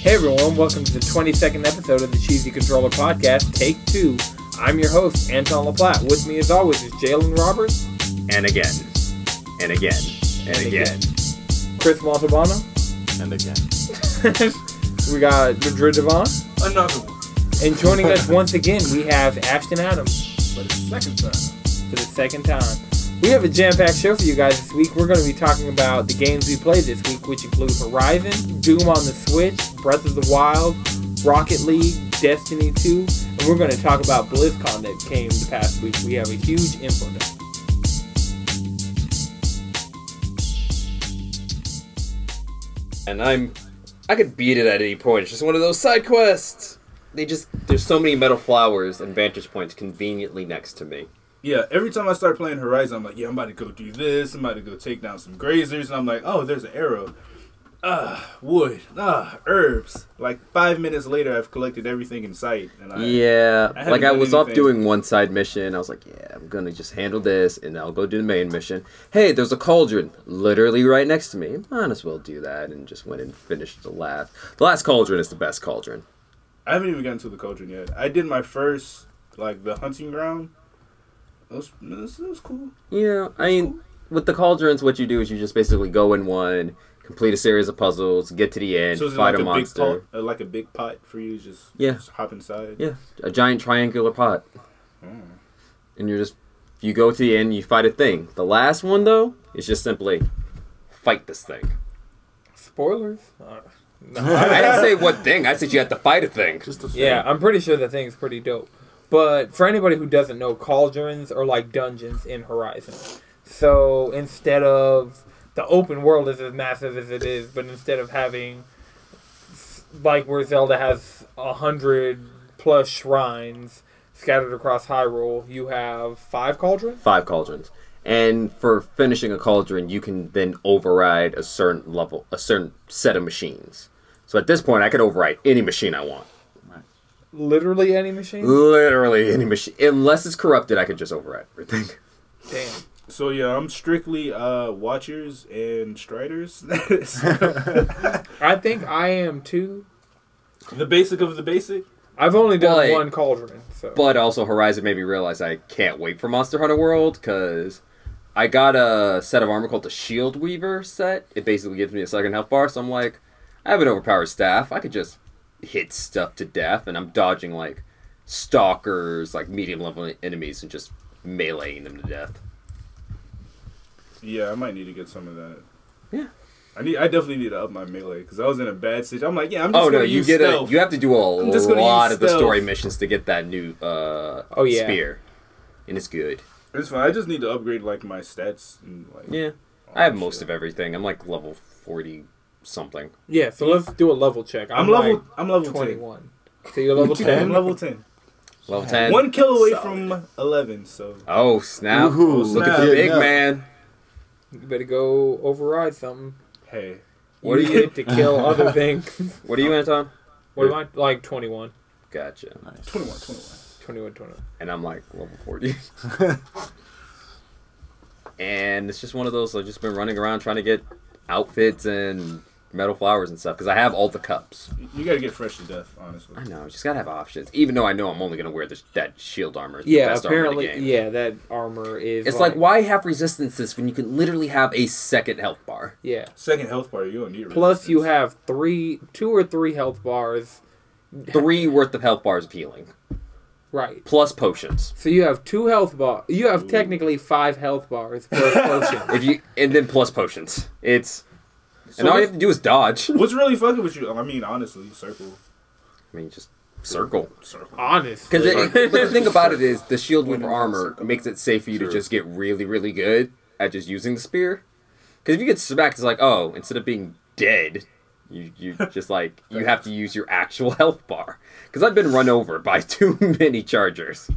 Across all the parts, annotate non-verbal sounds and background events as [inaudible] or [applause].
Hey everyone, welcome to the 22nd episode of the Cheesy Controller Podcast, Take Two. I'm your host, Anton LaPlatte. With me as always is Jalen Roberts, and again, and again, and, again. Chris Montalbano, [laughs] And again. we got Madrid Devon, Another one. and joining us once again we have Ashton Adams But it's the second time. for the second time. We have a jam-packed show for you guys this week. We're going to be talking about the games we played this week, which include Horizon, Doom on the Switch, Breath of the Wild, Rocket League, Destiny 2, and we're going to talk about BlizzCon that came the past week. We have a huge info dump. And I'm, I could beat it at any point. It's just one of those side quests. They just, there's so many metal flowers and vantage points conveniently next to me. Yeah, every time I start playing Horizon, I'm like, yeah, I'm about to go do this. I'm about to go take down some grazers. And I'm like, oh, there's an arrow. Ah, wood. Ah, herbs. Like five minutes later, I've collected everything in sight. And I, Yeah, I haven't like I done was off anything. doing one side mission. I was like, yeah, I'm gonna just handle this, and I'll go do the main mission. Hey, there's a cauldron literally right next to me. Might as well do that, and just went and finished the last. The last cauldron is the best cauldron. I haven't even gotten to the cauldron yet. I did my first, like, the hunting ground. It was, it was, it was cool. Yeah, I mean, with the cauldrons, what you do is you just basically go in one, complete a series of puzzles, get to the end, So is it fight like a a, big monster. pot, uh, like a big pot for you to just, Yeah. just hop inside? Yeah, a giant triangular pot. Hmm. And you're just, you go to the end, you fight a thing. The last one, though, is just simply fight this thing. Spoilers. Uh, I didn't say what thing, I said you had to fight a thing. Just a yeah, I'm pretty sure the thing's pretty dope. But for anybody who doesn't know, cauldrons are like dungeons in Horizon. So instead of the open world is as massive as it is, but instead of having like where Zelda has a hundred plus shrines scattered across Hyrule, you have five cauldrons. Five cauldrons. And for finishing a cauldron, you can then override a certain level, a certain set of machines. So at this point, I could override any machine I want. Literally any machine. Literally any machine. Unless it's corrupted, I could just override everything. [laughs] Damn. So yeah, I'm strictly uh watchers and striders. [laughs] [laughs] I think I am too. the basic of the basic. I've only done But- one cauldron. So. But also, Horizon made me realize I can't wait for Monster Hunter World because I got a set of armor called the Shield Weaver set. It basically gives me a second health bar, so I'm like, I have an overpowered staff. I could just hit stuff to death, and I'm dodging like stalkers, like medium level enemies, and just meleeing them to death. Yeah, I might need to get some of that. Yeah. I need. I definitely need to up my melee because I was in a bad situation. I'm like, yeah, I'm just Oh gonna no, you use get a stealth. you have to do a I'm just gonna lot use of the story stealth. missions to get that new uh Oh, yeah. spear. And it's good. It's fine. I just need to upgrade like my stats and like. Yeah. all I have that most shit. of everything. I'm like level 40 something. Yeah, so let's do a level check. I'm level. like I'm level 21. So you're level 10. I'm 10? level 10. Level 10. One kill away from 11. So Oh, snap. Ooh, Look at the snap. big Yeah. man. You better go override something. hey, What What are do you- you get to [laughs] kill other things? What are you, Anton? What am I? Like 21. Gotcha. 21, 21. 21, 21. And I'm like level [laughs] 40. and it's just one of those, I've just been running around trying to get outfits and metal flowers and stuff because I have all the cups. You gotta get fresh to death, honestly. I know, just gotta have options. Even though I know I'm only gonna wear this, that shield armor. It's the Yeah, best armor in the apparently. game. Yeah, that armor is. It's like, why have resistances when you can literally have a second health bar? Yeah. Second health bar, you don't need. Plus, you resistance. have three, two or three health bars. Three worth of health bars of healing, Right. plus potions. So you have two health bars. You have technically five health bars [laughs] per potion. If you and then plus potions. It's and So all you have to do is dodge. I What's really fucking with you? I mean, honestly, circle, mean, just circle. circle. Honestly. Because the [laughs] thing about it is, the shield When weaver it's armor circle. makes it safe for you to True. just get really, really good at just using the spear. Because if you get smacked, it's like, oh, instead of being dead, you [laughs] you just like you have to use your actual [laughs] health bar. Because I've been run over by [laughs] too many chargers.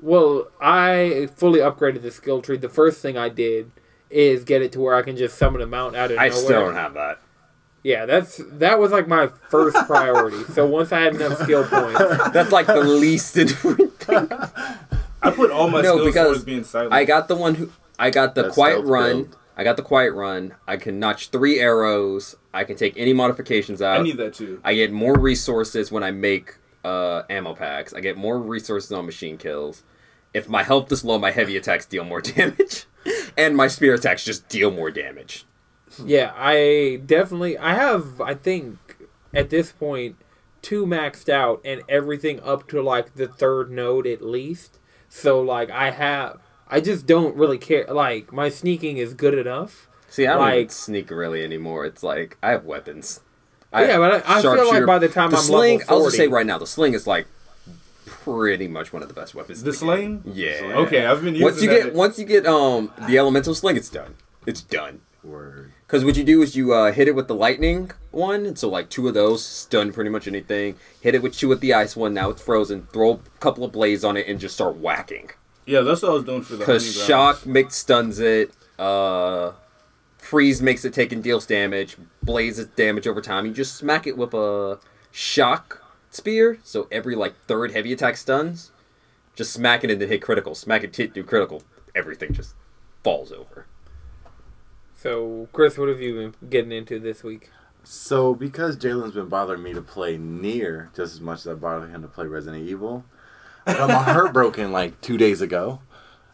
Well, I fully upgraded the skill tree. The first thing I did is get it to where I can just summon a mount out of I nowhere. still don't have that. Yeah, that's that was like my first priority. so once I had enough skill points, [laughs] That's like the [laughs] least important thing. I put all my No, skills because towards being silent. I got the one who I got the That's quiet stealth run build. I got the quiet run. I can notch three arrows. I can take any modifications out. I need that too. I get more resources when I make uh, ammo packs. I get more resources on machine kills. If my health is low, my heavy attacks deal more [laughs] damage, and my spear attacks just deal more damage. Yeah, I definitely I have I think at this point two maxed out and everything up to like the third node at least. So like I have I just don't really care like my sneaking is good enough. See, I don't even Like- sneak really anymore. It's like I have weapons. I Yeah, but I- I feel like sharpshooter- by the time I'm level sling, I'll 40 just say right now, the sling is like pretty much one of the best weapons. in The game. sling? Yeah. Okay, I've been using Once you that. get once you get um the elemental sling, it's done. It's done. Word. Because what you do is you uh, hit it with the lightning one, and so like two of those stun pretty much anything. Hit it with two with the ice one. Now it's frozen. Throw a couple of blades on it and just start whacking. yeah, that's what I was doing for the Because honey shock makes stuns it. Uh, freeze makes it take and deals damage. Blaze is damage over time. You just smack it with a shock spear. So every like third heavy attack stuns. Just smack it and then hit critical. Smack it, hit, do critical. Everything just falls over. So Chris, what have you been getting into this week? So because Jalen's been bothering me to play Near just as much as I bothered him to play Resident Evil, [laughs] I got my heart broken like two days ago.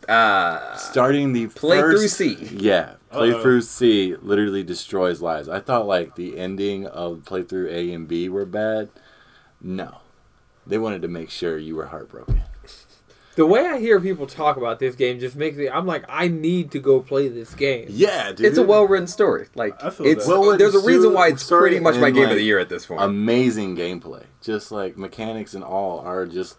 Ah, Starting the play through first- C. Yeah, Uh-oh. playthrough C literally destroys lives. I thought like the ending of playthrough A and B were bad. No, they wanted to make sure you were heartbroken. The way I hear people talk about this game just makes me I'm like I need to go play this game. Yeah, dude. It's a well-written story. Like I feel it's that. Well-written there's a reason why it's story pretty much my and, game of like, um, the year at this point. amazing gameplay. Just like mechanics and all are just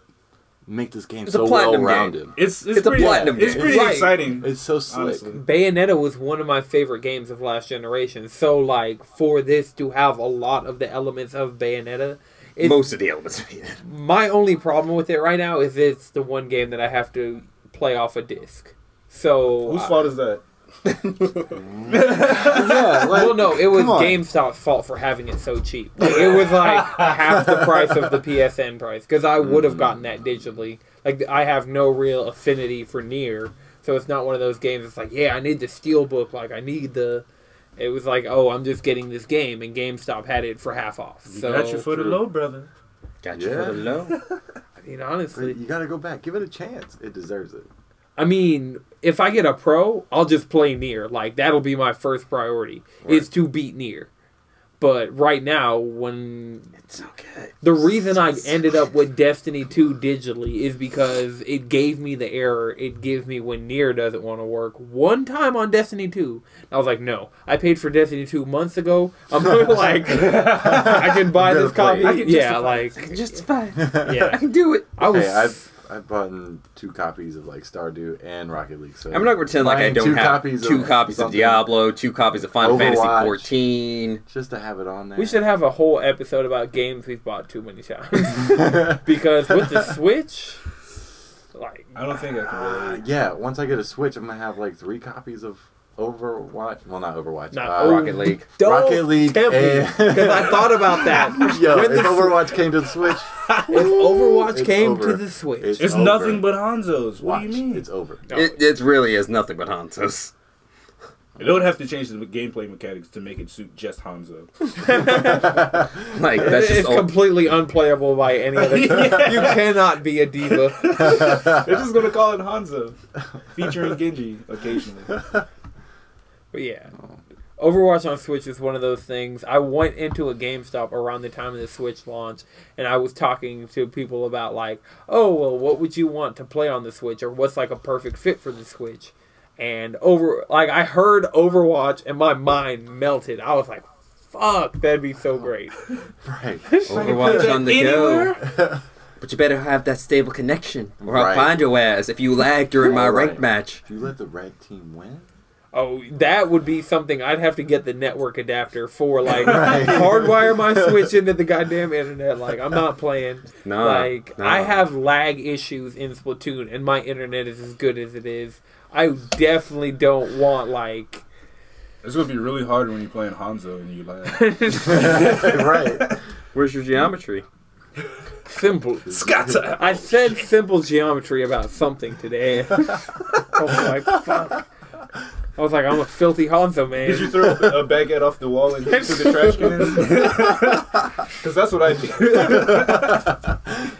make this game It's a so well platinum game. rounded. It's it's, It's a pretty, platinum It's game. pretty Right. exciting. It's so slick. Honestly. Bayonetta was one of my favorite games of last generation. So like for this to have a lot of the elements of Bayonetta, it's Most of the elements. [laughs] My only problem with it right now is it's the one game that I have to play off a disc. So Whose I- fault is that? [laughs] yeah, like, well, no, it was come on. GameStop's fault for having it so cheap. Like, it was [laughs] like half the price of the PSN price because I would have gotten that digitally. Like I have no real affinity for Near, so it's not one of those games. It's like, yeah, I need the Steel Book. Like I need the. It was like, oh, I'm just getting this game, and GameStop had it for half off. You So got your foot true. low, [laughs] brother. Got you for the low. I mean, honestly, You gotta go back. Give it a chance. It deserves [laughs] it. I mean, if I get a pro, I'll just play near. Like that'll be my first priority is to beat near. But right now, when It's okay. the reason I ended up with Destiny 2 digitally is because it gave me the error it gives me when near doesn't want to work one time on Destiny 2. I was like, no, I paid for Destiny 2 months ago. I'm [laughs] like, I can buy You this gotta copy. play it. I can yeah, justify like Just fine. I yeah, can do it. I was. Hey, I've [laughs] I've bought in two copies of like Stardew and Rocket League. So I'm not gonna pretend like I buying don't two have copies two of copies of something. Diablo, two copies of Final Overwatch. Fantasy 14. just to have it on there. we [laughs] should have a whole episode about games we've bought too many times. [laughs] because with the Switch, like I don't think I can [laughs] Uh, really. yeah, once I get a Switch, I'm gonna have like three copies of Overwatch. Well, not Overwatch. Not uh, Rocket League. don't Rocket League and- because I thought about [laughs] that. Yo, When if the Sw- Overwatch came to [laughs] the Switch, If Overwatch It's came to over. the Switch, It's- It's over. nothing but Hanzo's. What watch, do you mean? it's over. [laughs] No, It, it really is nothing but Hantos. [laughs] They would have to change the gameplay mechanics to make it suit just Hanzo. Like it- that's just it's all, completely unplayable by any other. Yeah. You cannot be a diva. They're just gonna call it Hanzo, featuring Genji occasionally. But yeah. Overwatch on Switch is one of those things. I went into a GameStop around the time of the Switch launch, and I was talking to people about like, oh well, what would you want to play on the Switch, or what's like a perfect fit for the Switch? And over, like I heard Overwatch, and my mind melted. I was like, fuck, that'd be so great. [laughs] Right. [laughs] Overwatch on the Anywhere? go. [laughs] But you better have that stable connection, or I'll Right. find your ass if you lag during my Right. ranked match. If you let the red team win, [laughs] Oh, that would be something I'd have to get the network adapter for, [laughs] like Right. hardwire my Switch into the goddamn internet. Like I'm not playing. No, like Uh, no. I have lag issues in Splatoon, and my internet is as good as it is. I definitely don't want like It's gonna be really hard when you're playing Hanzo and you like [laughs] right? Where's your geometry? simple. Scatter. I said [laughs] simple geometry about something today. oh my fuck! I was like, I'm a filthy Hanzo man. [laughs] Did you throw a baguette off the wall and into the trash [laughs] can? Because that's what I do.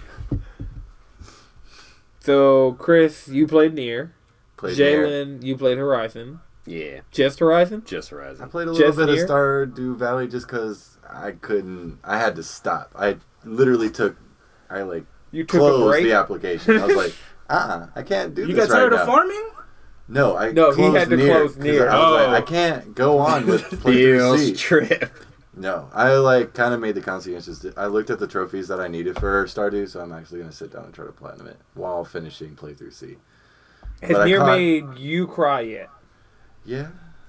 so Chris, you played Near. Played Nier. Jalen, you played Horizon. Yeah, Just Horizon. just I Horizon. played a little Just bit Nier? of Stardew Valley just because I couldn't. I had to stop. I literally took. I like You took a closed break. the application. I [laughs] was like, uh-uh, I can't do You this got tired right of now. farming? No, I No, he closed had to near, close 'cause near. I was Oh. like, I can't go [laughs] on with playthrough Feels C. trip. No, I like kind of made the conscientious. de- I looked at the trophies that I needed for Stardew, so I'm actually gonna sit down and try to platinum it while finishing playthrough C. but Has I Near caught- made you cry yet? Yeah,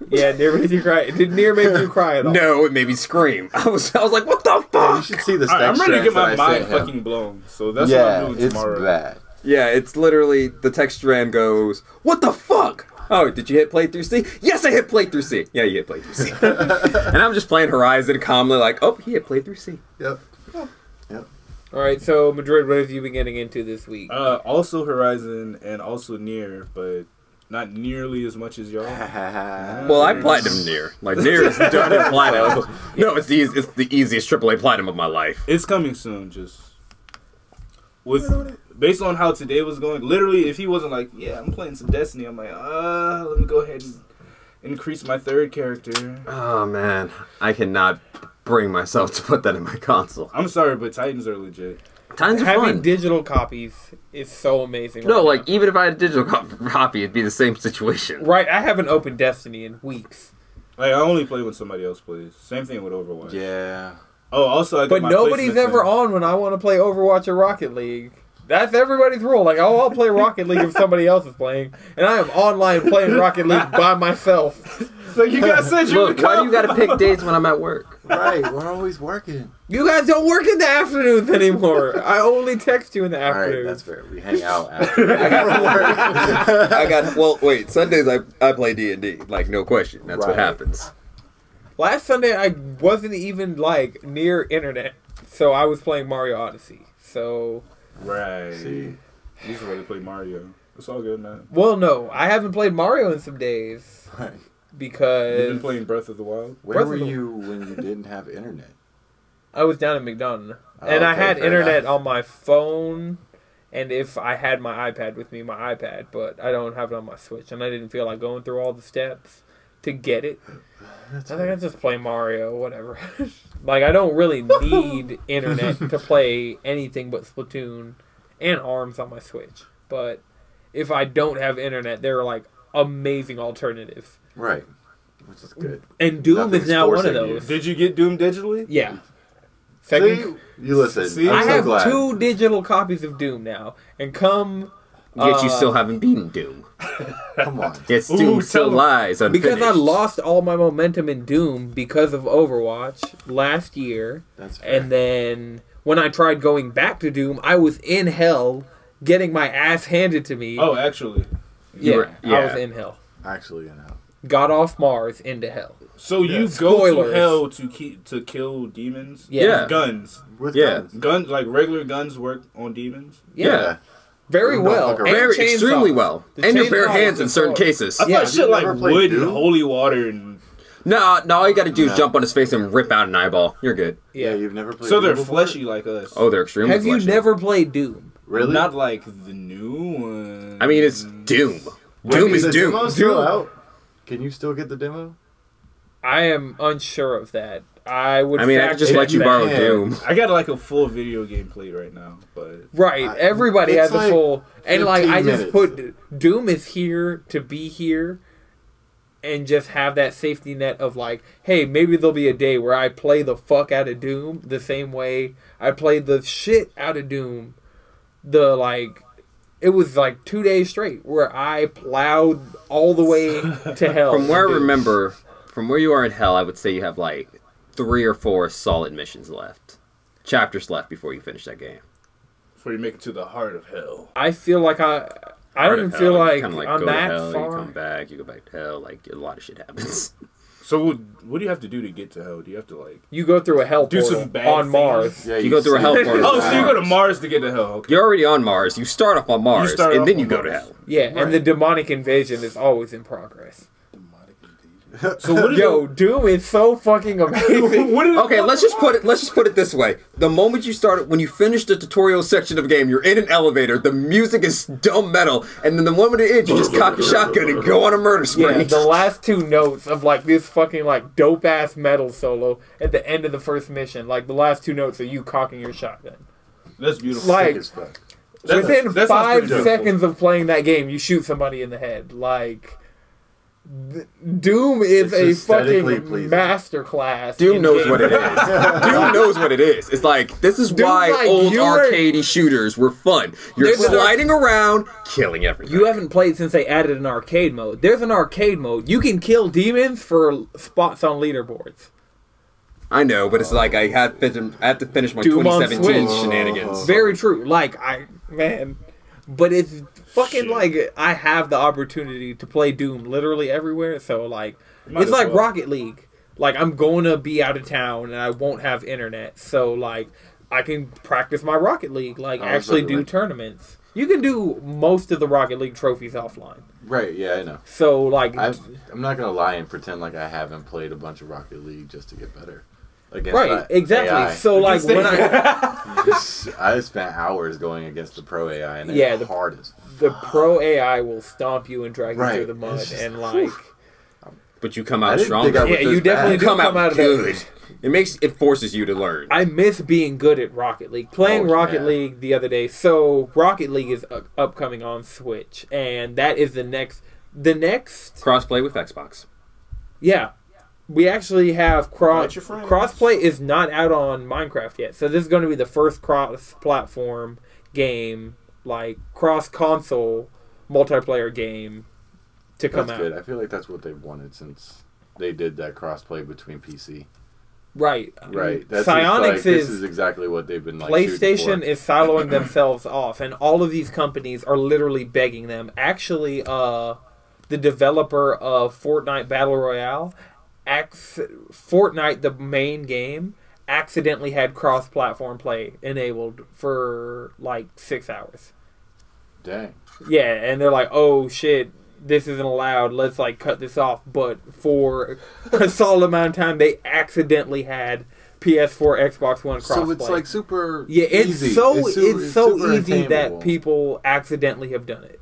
Yeah, Near made you cry. Did Near make you cry at all? [laughs] No, it made me scream. [laughs] I was, I was like, what the Yeah, you fuck? should see the. All right, I'm stack ready to get my strats that I mind sent him. fucking blown. So that's yeah, what I'm doing it's tomorrow. bad. Yeah, it's literally the text strand goes, what the fuck? Oh, did you hit playthrough C? Yes, I hit playthrough C. Yeah, you hit playthrough [laughs] C. and I'm just playing Horizon calmly, like, oh, he hit playthrough C. [laughs] Yep. All right, so Madrid, what have you been getting into this week? Uh, also Horizon and also Near, but not nearly as much as y'all. [sighs] Well, I Nice. platinum near. Like near is done [laughs] at platinum. No, it's the eas- it's the easiest AAA platinum of my life. It's coming soon. Just with based on how today was going, literally, if he wasn't like, yeah, I'm playing some Destiny, I'm like, uh, let me go ahead and increase my third character. Oh man, I cannot bring myself to put that in my console. I'm sorry, but Titans are legit. Times are Having fun. digital copies is so amazing. no, right like now. even if I had a digital co- copy, it'd be the same situation. right, I haven't opened Destiny in weeks, Like I only play when somebody else plays. Same thing with Overwatch. Yeah. Oh, also, I got but my nobody's placements ever in. on when I want to play Overwatch or Rocket League. That's everybody's rule. Like, oh, I'll play Rocket League if somebody else is playing, and I am online playing Rocket League by myself. It's Like you guys said, you Look, would why do come. you gotta pick days when I'm at work? Right, we're always working. You guys don't work in the afternoons anymore. I only text you in the All right, afternoon. that's fair. We hang out [laughs] after work. [laughs] I [laughs] got well. Wait, Sundays I I play D and D. Like no question, that's what Right. happens. Last Sunday, I wasn't even like near internet, so I was playing Mario Odyssey. So, Right. See, These are where they play Mario. It's all good, man. well, no, I haven't played Mario in some days like, You've because been playing Breath of the Wild. where Breath were of the- you when you didn't have internet? I was down in McDonough Oh, and I okay, had fair internet enough. on my phone, and if I had my iPad with me, my iPad, but I don't have it on my Switch, and I didn't feel like going through all the steps to get it. That's I think I just play Mario, whatever. [laughs] like I don't really [laughs] need internet to play anything but Splatoon and ARMS on my Switch. But if I don't have internet, there are like amazing alternatives, right, which is good. and Doom Nothing's is now one of forcing you. those. Did you get Doom digitally? Yeah. See, Second, you listen. See? I'm I so have glad. two digital copies of Doom now, and come Yet Uh, you still haven't beaten Doom. Come on. Yet Ooh, Doom still tell 'em. lies because I unfinished. lost all my momentum in Doom because of Overwatch last year. That's fair. And then when I tried going back to Doom, I was in hell getting my ass handed to me. Oh, actually. yeah, you were- I yeah. was in hell. actually, you know. Got off Mars into hell. So you Yeah. go Spoilers. to hell to keep to kill demons? Yeah. Yeah. Guns. With Yeah. guns. Guns like regular guns work on demons. Yeah. Yeah. Very Don't well. fuck around. And Very chainsaws. extremely well, The and your bare chainsaws Uh, hands and in certain swords. cases. I Yeah. thought shit You like never played wood and Doom? holy water and No, no, all you got to do is No. jump on his face and rip out an eyeball. You're good. Yeah. Yeah. you've never played. so they're Doom before? fleshy like us. Oh, they're extremely. Have you fleshy. never played Doom? Really? Not like the new one. I mean, it's Doom. Wait, Doom is the Doom. demo's still out? Can you still get the demo? I am unsure of that. I would. I mean, I fact could just check let you that. borrow Yeah. Doom. I got like a full video game played right now, but Right. I- Everybody has it's a like full and like I 15 just put Doom is here to be here and just have that safety net of like, hey, maybe there'll be a day where I play the fuck out of Doom the same way I played the shit out of Doom. The like it was like two days straight where I plowed all the [laughs] way to hell. From where I Dude. remember, from where you are in hell, I would say you have like three or four solid missions left, chapters left before you finish that game. before you make it to the heart of hell. I feel like I I don't even feel like, kind of like I'm go that to hell, you far. come back, you go back to hell. Like a lot of shit happens. [laughs] So what, what do you have to do to get to hell? Do you have to like You go through a hell Do portal some bad on things. Mars. Yeah, You go through a see- hell [laughs] portal. Oh, so you go to Mars to get to hell. Okay. You're already on Mars. You start off on Mars, start and off then on you go to Mars. hell. Yeah, Right. and the demonic invasion is always in progress. So what did Yo, Doom is so fucking it, amazing. [laughs] what did it- Okay, let's just put it. Let's just put it this way: the moment you start, when you finish the tutorial section of the game, you're in an elevator. The music is dumb metal, and then the moment it ends, you just cock your shotgun and go on a murder spree. Yeah, the last two notes of like this fucking like dope ass metal solo at the end of the first mission, like the last two notes are you cocking your shotgun. That's beautiful. Like- Sick as fuck. That- Within that sounds five pretty dope. seconds of playing that game, you shoot somebody in the head. Like th- Doom is It's a aesthetically fucking pleasing. masterclass. Doom in knows game what it is. [laughs] Doom knows what it is. It's like this is Doom's why like, old you were- arcadey shooters were fun. You're There's a- sliding around, killing everything. You haven't played since they added an arcade mode. There's an arcade mode. You can kill demons for spots on leaderboards. I know, but it's like I have, fin- I have to finish my Doom on 2017 Oh. Switch. shenanigans. Very true. Like I man, but it's fucking Shit. like I have the opportunity to play Doom literally everywhere. So like Might it's as like well. Rocket League. Like I'm going to be out of town and I won't have internet. So like I can practice my Rocket League. Like I was actually about to do like- tournaments. You can do most of the Rocket League trophies offline. Right, yeah, I know. So like I've, I'm not gonna lie and pretend like I haven't played a bunch of Rocket League just to get better. Against right, that exactly. AI. So like Against when [laughs] I [laughs] I spent hours going against the pro AI, and Yeah, yeah, the- the hardest. the pro AI will stomp you and drag you Right. through the mud It's just- and like But you come I out didn't think I stronger. was yeah, this you definitely bad. do come, out, of that. good. It makes it forces you to learn. I miss being good at Rocket League. Playing Oh, Rocket yeah. League the other day. So Rocket League is u- upcoming on Switch, and that is the next. The next, Crossplay with Xbox. yeah, we actually have cross Invite your friends. crossplay is not out on Minecraft yet. So this is going to be the first cross-platform game, like cross-console multiplayer game to come That's out. good. I feel like that's what they've wanted since they did that crossplay between PC. Right, Right. That's Mm-hmm. Psionics like, this is- is exactly what they've been like. shooting PlayStation for. is siloing themselves off, and all of these companies are literally begging them. Actually, uh, the developer of Fortnite Battle Royale, acc- Fortnite, the main game, accidentally had cross platform play enabled for like six hours. dang. Yeah, and they're like, oh shit. This isn't allowed. Let's like cut this off. But for a solid amount of time, they accidentally had PS4, Xbox One cross. So it's like super. Yeah, it's easy. so it's, su- super so easy that attainable. people accidentally have done it.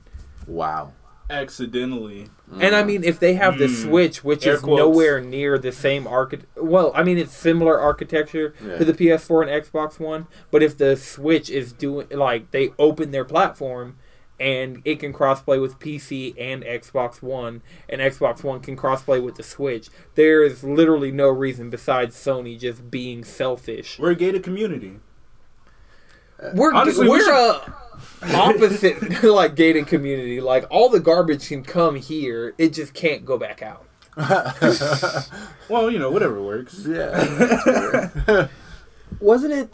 Wow. accidentally. And I mean, if they have the Mm. Switch, which Air is quotes. nowhere near the same archi well, I mean, it's similar architecture Yeah. to the PS4 and Xbox One, but if the Switch is doing like they open their platform and it can crossplay with PC and Xbox One, and Xbox One can crossplay with the Switch, there is literally no reason besides Sony just being selfish. We're a gated community. We're Honestly, we we're a [laughs] opposite [laughs] like gated community. Like all the garbage can come here, it just can't go back out. Well, you know, whatever works. [laughs] Yeah. Wasn't it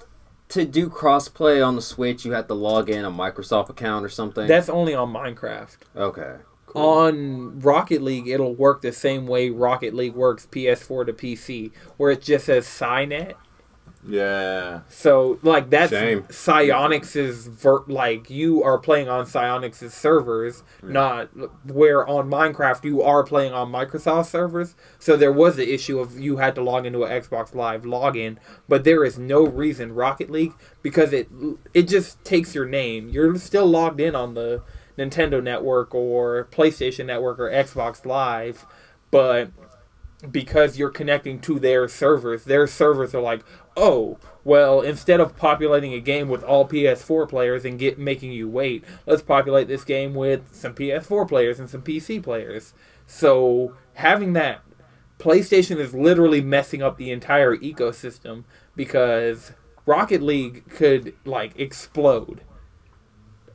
to do crossplay on the Switch? You had to log in a Microsoft account or something. That's only on Minecraft. okay. On Rocket League, it'll work the same way Rocket League works PS4 to PC, where it just says Cynet. yeah. So like that's Shame. Psionics's ver- like you are playing on Psionics's servers, not where on Minecraft you are playing on Microsoft servers. So there was the issue of you had to log into an Xbox Live login, but there is no reason Rocket League because it it just takes your name. You're still logged in on the Nintendo Network or PlayStation Network or Xbox Live, but because you're connecting to their servers, their servers are like, oh, well, instead of populating a game with all PS4 players and get making you wait, let's populate this game with some PS4 players and some PC players. So having that, PlayStation is literally messing up the entire ecosystem because Rocket League could like explode.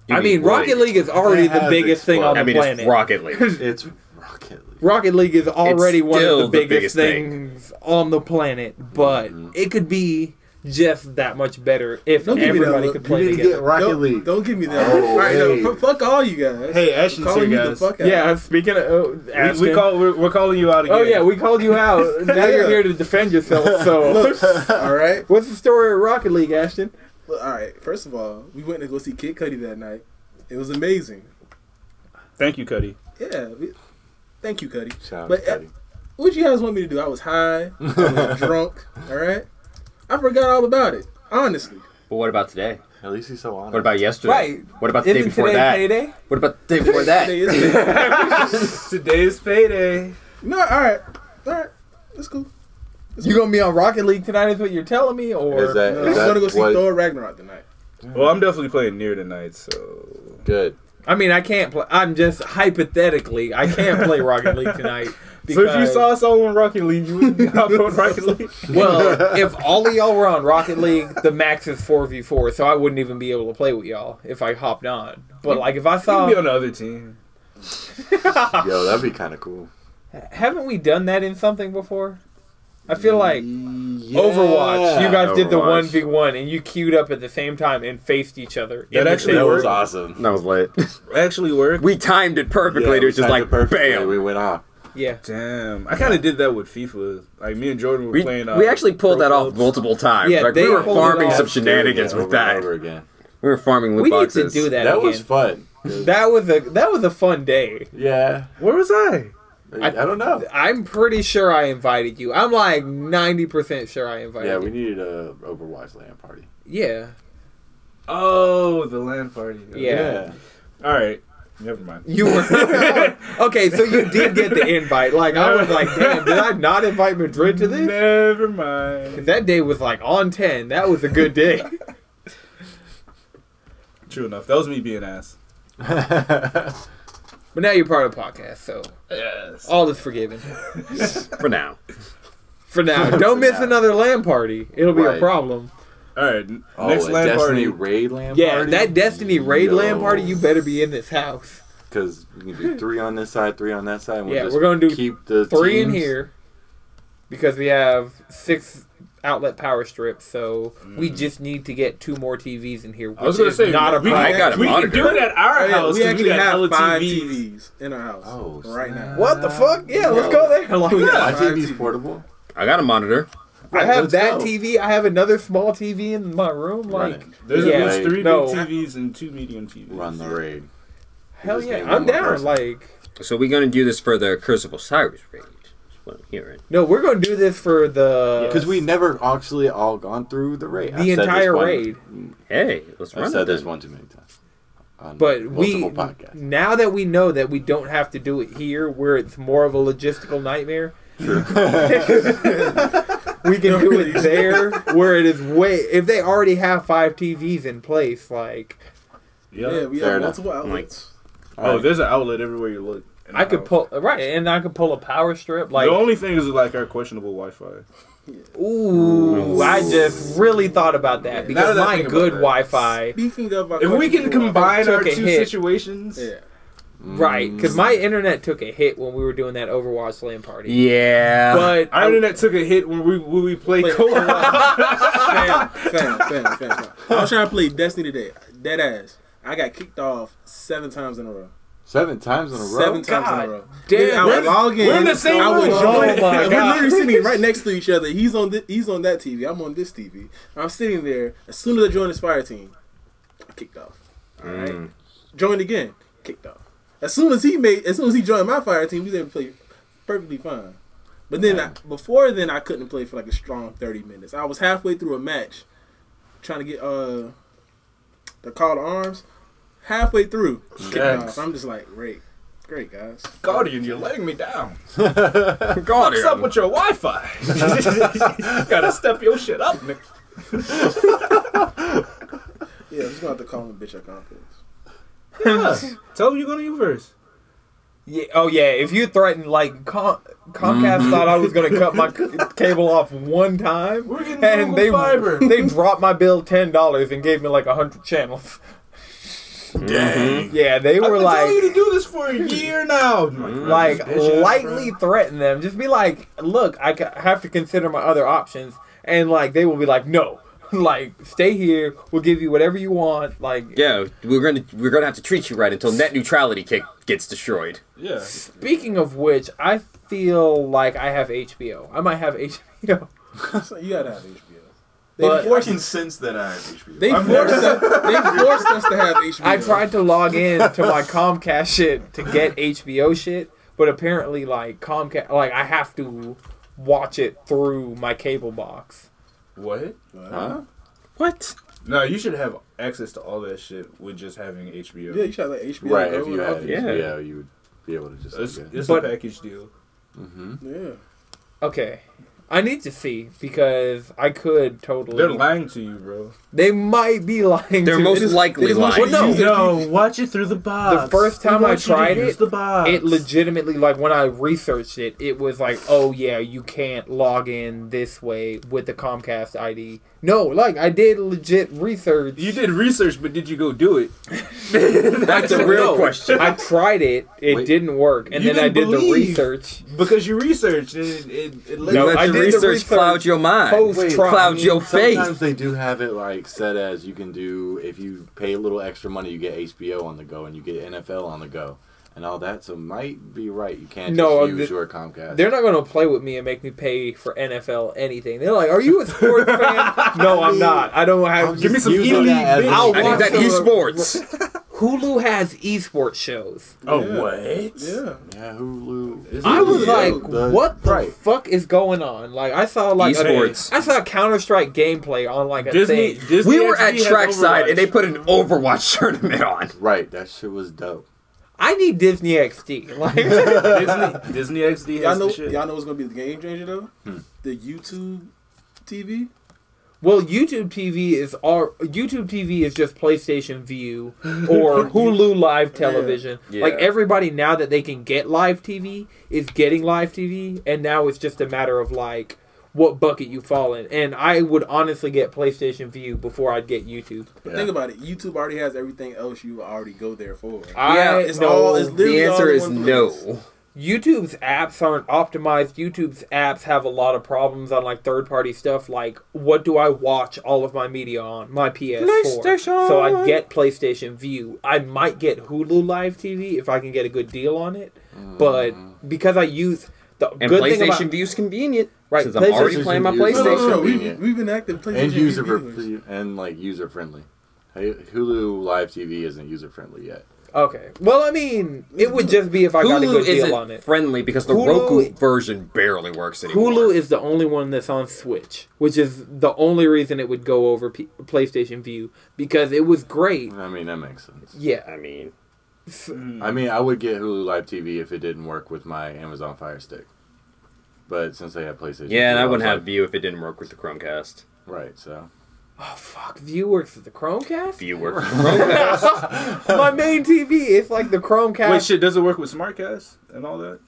You I mean, Rocket League is already It the has biggest thing on exploded. the I mean, planet. it's Rocket [laughs] League. It's Rocket League. Rocket League is already It's one of still the the biggest, biggest thing. Mm-hmm. things on the planet, but it could be just that much better if Don't give me that everybody look. could You play need to get together. Rocket don't, League. Don't give me that. Oh, All right, hey. no, f- fuck all you guys. Hey, Ashton's calling here, me the guys. fuck out. Yeah, speaking of, We, we call, we're, we're calling you out again. Oh yeah, we called you [laughs] out. now you're Yeah. here to defend yourself. [laughs] So, All right. what's the story of Rocket League, Ashton? Well, all right. First of all, we went to go see Kid Cudi that night. It was amazing. Thank you, Cuddy. Yeah. We, thank you, Cudi. Shout out But to Cuddy. What you guys want me to do? I was high. [laughs] [laughs] I was drunk. All right. I forgot all about it. Honestly. But what about today? At least he's so honest. What about yesterday? Right. What about the day Isn't before today that? payday? What about the day [laughs] before Today that? is- Today's payday. no. All right. All right. That's cool. You gonna be on Rocket League tonight? Is what you're telling me? Or Is that- No, is I'm that gonna go see what- Thor Ragnarok tonight. Well, I'm definitely playing near tonight, so Good. I mean, I can't play. I'm just hypothetically, I can't play Rocket League [laughs] tonight. so if you saw someone on Rocket League, you wouldn't hop on Rocket League. [laughs] well, if all of y'all were on Rocket League, the max is four v four, so I wouldn't even be able to play with y'all if I hopped on. But like, if I You'd saw, be on the other team. Yo, that'd be kind of cool. haven't we done that in something before? I feel like Yeah. Overwatch. You guys did the Overwatch. one v one, and you queued up at the same time and faced each other. That in the actually same- That worked. was awesome. That was late. Actually, work. We timed it perfectly. Yeah, it was we just timed like it perfectly. bam. We went off. yeah. Damn, I kind of did that with FIFA. Like me and Jordan were We, playing. uh, we actually pulled that off Pro Clubs. multiple times. uh, Yeah, like, they we were pulled it farming off. some shenanigans Yeah, with over that. and over again. We were farming loot We need to boxes. do that. That again. was fun. That was a that was a fun day. Yeah. Where was I? I, don't know. I'm pretty sure I invited you. I'm like 90% sure I invited Yeah, yeah, we you. needed a Overwatch land party. Yeah. Oh, the land party. Yeah. All right. Never mind. You [laughs] were [laughs] Okay, so you did get the invite. Like I was like, "Damn, did I not invite Madrid to this?" [laughs] Never mind. That day was like on 10. That was a good day. True enough. That was me being ass. Yeah. But now you're part of the podcast, so Yes. all is forgiven. For now. For [laughs] now, don't For miss now. another land party. It'll be a Right. problem. All right. n- Oh, next a land party. Destiny uh, raid land Yeah, party. that Destiny raid land party, you better be in this house. Because we can do three on this side, three on that side. And we'll Yeah, just we're gonna do keep the three in teams. here because we have six outlet power strips, so we just need to get two more TVs in here. Which Mm. I was gonna is say not a we, problem. I got a we can monitor. do it at Oh, our yeah, house. we 'cause actually got have hella five TVs. TVs in our house Oh, right now. snap. What the fuck? Yeah, let's Yo. go there. [laughs] Like, My Yeah. TV's portable. I got a monitor. I have Let's that go. TV. I have another small TV in my room. Run Like, it. There's Yeah. at least three No. big TVs and two medium TVs. Run the raid. hell Just yeah, need I'm one more down. person. Like, So we're gonna do this for the Curse of Osiris raid. That's what I'm hearing. no, we're gonna do this for the Because we never actually all gone through the raid. the I've said this entire one- raid. Hey, let's run I've it said this then. one too many times. On But we multiple [laughs] podcasts. now that we know that we don't have to do it here, where it's more of a logistical nightmare. we can do it [laughs] there, where it is way. If they already have five TVs in place, like Yep. Yeah, we Fair have enough. multiple outlets. Oh, there's an outlet everywhere you look. in I the could house. pull right, and I could pull a power strip. Like, the only thing is like our questionable Wi-Fi. ooh, I just really thought about that Now because that I my think about good that. Wi-Fi, Speaking of, our If we can questionable combine took our a two hit. situations, outlets- right? Because Mm. my internet took a hit when we were doing that Overwatch LAN party. Yeah. [laughs] But our internet took a hit when we when we played [laughs] co-op. yeah, fam, fam, fam, fam, fam. I was trying to play Destiny today, dead ass. I got kicked off seven times in a row. [laughs] Seven times in a row. Seven times in God a row. damn, Dude, I would we're- log in. we're in the same I would room. join. Oh my we're God. literally sitting right next to each other. He's on thi- he's on that TV. I'm on this TV. I'm sitting there. As soon as I join this fire team, I kicked off. All right, joined again, kicked off. As soon as he made, as soon as he joined my fire team, we then played perfectly fine. But then I, before then, I couldn't play for like a strong thirty minutes. I was halfway through a match, trying to get uh the call to arms. Halfway through, kicked Yikes. off. I'm just like, great, great guys. Guardian, you're letting me down. God, What's up with your Wi-Fi? Gotta step your shit up, nigga. Yeah, I'm just gonna have to call him a bitch at conference. Yeah. Tell them you're gonna you first. Yeah, oh yeah. If you threatened like Com- Comcast Mm. thought I was gonna cut my c- cable off one time, We're getting and Google they Fiber. [laughs] they dropped my bill ten dollars and gave me like hundred channels. Dang. [laughs] Yeah, they I've were been telling you like Mm. to do this for a year now. like Bitch ass, lightly threaten them. Just be like, look, I ca- have to consider my other options, and like they will be like, no. [laughs] Like stay here. We'll give you whatever you want. Like Yeah, we're gonna we're gonna have to treat you right until net neutrality kick gets destroyed. Yeah. speaking of which, I feel like I have HBO. I might have HBO. So you gotta have HBO. They But- forced sense that I have HBO. they forced us, they forced us to have HBO. I tried to log in to my Comcast shit to get HBO shit, But apparently, like Comcast, like I have to watch it through my cable box. What? Huh? What? No, you should have access to all that shit with just having HBO. Yeah, you should have like HBO. Right. like, If you had everyone- Yeah. HBO, you would be able to just. It's, get it. it's But- a package deal. Yeah. Okay, I need to see because I could totally. They're lying to you, bro. They might be lying. They're to most me. likely it's most lying. Well, no. No, watch it through the box. The first We time I want you to tried use it, the box. It legitimately, like when I researched it, it was like, oh yeah, you can't log in this way with the Comcast ID. No, like I did legit research. You did research, but did you go do it? That's a real No, question. I tried it. It Wait. didn't work, and You then I did didn't the believe. research. Because you researched and it, it, it led You No, let I your did the research, research cloud your mind. post- Wait, Try- cloud your Sometimes face. they do have it like set as you can do if you pay a little extra money, you get HBO on the go and you get NFL on the go and all that. So might be right. You can't No, just use the- your Comcast. They're not going to play with me and make me pay for NFL anything. They're like, "Are you a sports fan?" No, I'm not. I don't have. I'm Give me just some using E-League, that as bitch. an I'll I excuse. need watch that the- esports. Hulu has esports shows. Oh, Yeah. what? Yeah. Yeah, Hulu. Is I was Yeah, like, "What the right. fuck is going on?" Like, I saw like a- Esports. I saw Counter Strike gameplay on like a Disney, thing. Disney We were at XD has trackside and they [laughs] Overwatch. put an Overwatch [laughs] tournament on. Right, that shit was dope. I need Disney XD. [laughs] [laughs] Like, Disney, Disney XD Y'all has know, the shit. y'all know what's gonna be the game changer though? Hmm. The YouTube TV. well, YouTube TV is all. YouTube TV is just PlayStation View or Hulu Live Television. Yeah. Like Yeah. everybody now that they can get live TV is getting live TV, and now it's just a matter of like what bucket you fall in. And I would honestly get PlayStation View before I'd get YouTube. Yeah. Think about it. YouTube already has everything else you already go there for. I Yeah, it's know all- it's The Literally all answer in is one place. no. YouTube's apps aren't optimized. YouTube's apps have a lot of problems on like third party stuff. Like, what do I watch all of my media on? My PS4. PlayStation. So I get PlayStation View. I might get Hulu Live TV if I can get a good deal on it. But because I use the And good PlayStation thing about View's convenient. Right, Since I'm already PlayStation playing my View. No, no, no, PlayStation. no. We've, Convenient. we've been active PlayStation And user reviewers. and like user friendly. Hey, Hulu Live TV isn't user friendly yet. okay, well, I mean, it would just be if I got a Hulu good deal on isn't it. friendly because the Hulu- Roku version barely works anymore. Hulu is the only one that's on Switch, which is the only reason it would go over P- PlayStation View because it was great. I mean, that makes sense. Yeah, I mean, I mean, I would get Hulu Live TV if it didn't work with my Amazon Fire Stick. But since they have PlayStation, yeah, and I was wouldn't like, have View if it didn't work with the Chromecast. Right, so Oh fuck, View works with the Chromecast? View works with Chromecast. My main TV is like the Chromecast. Wait, shit, does it work with SmartCast and all that?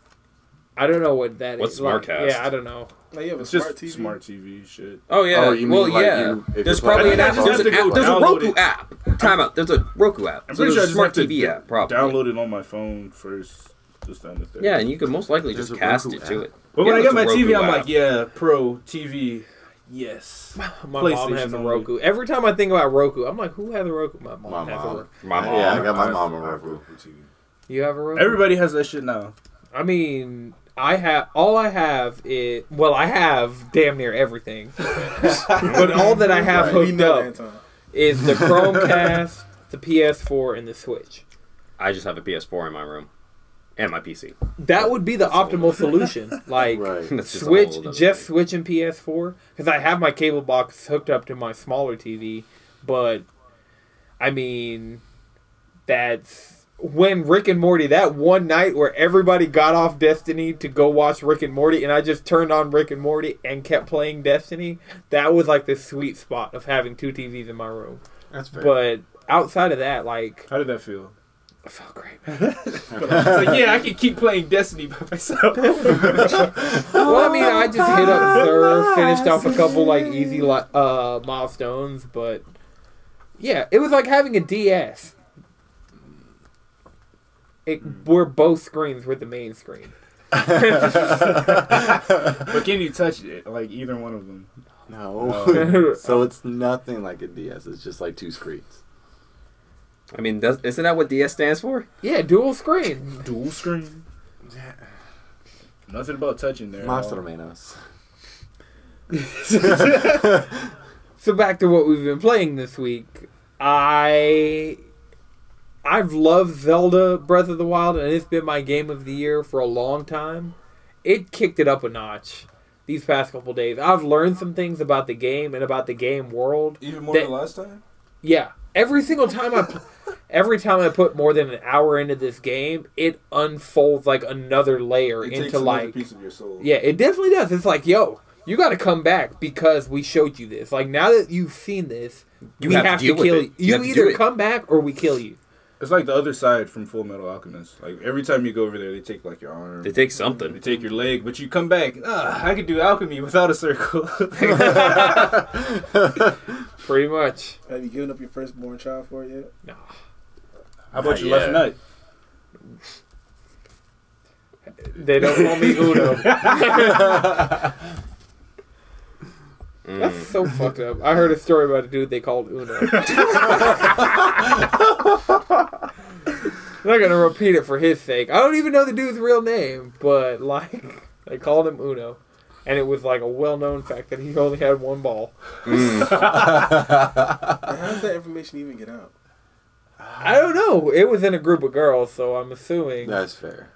I don't know what that is. What's Like, Smartcast? yeah, I don't know. Like you have a It's smart just TV. smart TV shit. Oh yeah. Oh, you mean well, like yeah. you- if there's you're probably playing an app. on There's your an phone, app. There's a download Roku it. app. Time out. There's a Roku app. I'm So pretty sure I there's a just smart have to TV app. Probably. Download it on my phone first. Just down the third. Yeah, and you could most likely There's just a cast Roku it to app. it. But Yeah, when I get it's a my TV, Roku I'm app. like, yeah, pro TV. Yes. My mom has a PlayStation Roku. Every time I think about Roku, I'm like, who has a Roku? My mom my has a mom. Roku. My mom. Yeah, I got my I- mom a I- Roku. TV. You have a Roku? [laughs] Everybody has that shit now. I mean, I have all I have is well, I have damn near everything. but all that I have Right. We hooked know up Anton. is the Chromecast, the PS4, and the Switch. I just have a PS4 in my room, and my PC. That would be the optimal solution. Like Right. [laughs] That's just a Switch, whole other just thing. Switch and PS4, because I have my cable box hooked up to my smaller TV. But I mean, that's when Rick and Morty. That one night where everybody got off Destiny to go watch Rick and Morty, and I just turned on Rick and Morty and kept playing Destiny. That was like the sweet spot of having two TVs in my room. That's fair. But outside of that, like, How did that feel? I felt great. It's like, yeah, I can keep playing Destiny by [laughs] myself. Well, I mean, I just hit up Sir, finished off a couple like easy li- uh, milestones, but yeah, it was like having a DS. It, We're both screens with the main screen. but can you touch it? Like either one of them. Oh. no, [laughs] [laughs] so it's nothing like a DS. It's just like two screens. I mean, does, isn't that what DS stands for? Yeah, dual screen. Dual screen. Nothing about touching there. at Mas all. menos. So back to what we've been playing this week. I I've loved Zelda Breath of the Wild, and it's been my game of the year for a long time. It kicked it up a notch these past couple days. I've learned some things about the game and about the game world. Even more That- than last time. Yeah, every single time I, [laughs] pl- every time I put more than an hour into this game, it unfolds like another layer It takes into another like piece of your soul. yeah, it definitely does. It's like, yo, you got to come back because we showed you this. Like now that you've seen this, You we have have, to to, deal with kill it. you. You You have to do either it. come back or we kill you. It's like the other side from Full Metal Alchemist. Like every time you go over there, they take like your arm. They take They something. take your leg, but you come back. Ah, I could do alchemy without [laughs] a circle. [laughs] Pretty much. Have you given up your firstborn child for it yet? How about your Yeah. left nut? They don't call me Uno. [laughs] That's so fucked up. I heard a story about a dude they called Uno. I'm not gonna repeat it for his sake. I don't even know the dude's real name, but like they called him Uno, and it was like a well-known fact that he only had one ball. And How does that information even get out? I don't know. It was in a group of girls, so I'm assuming. That's fair.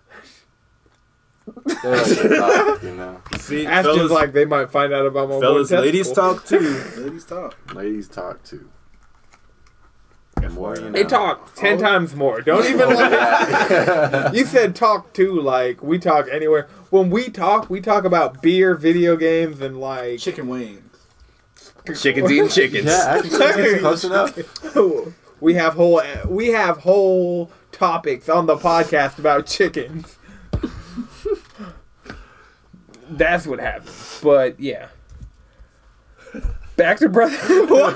They're [laughs] like your dog, you know, See, That's fellas, just like they might find out about my one fellas ladies testicle. talk too. Ladies talk. ladies talk too. More, you They know. talk ten Oh. times more. Don't even like. You said talk too, like we talk anywhere. When we talk, we talk about beer, video games, and like [laughs] Chicken wings. Chickens eating chickens. Yeah, actually, [laughs] it's close enough. [laughs] we have whole we have whole topics on the podcast about chickens. [laughs] That's what happens. But yeah, back to [laughs] breath. well,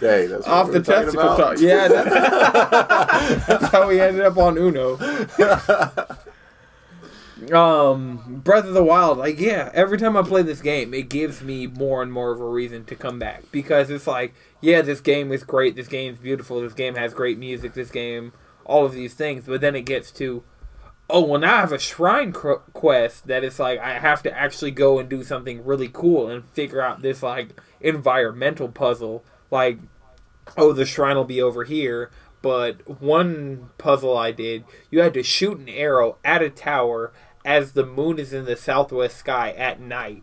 Hey, that's what off we're the talking testicle about. talk. Yeah, that's, [laughs] that's how we ended up on Uno. [laughs] um, Breath of the Wild, like yeah, every time I play this game, it gives me more and more of a reason to come back because it's like, yeah, this game is great, this game's beautiful, this game has great music, this game, all of these things, but then it gets to Oh well, now I have a shrine cr- quest that it's like I have to actually go and do something really cool and figure out this like environmental puzzle. Like oh, the shrine will be over here. But one puzzle I did, you had to shoot an arrow at a tower as the moon is in the southwest sky at night.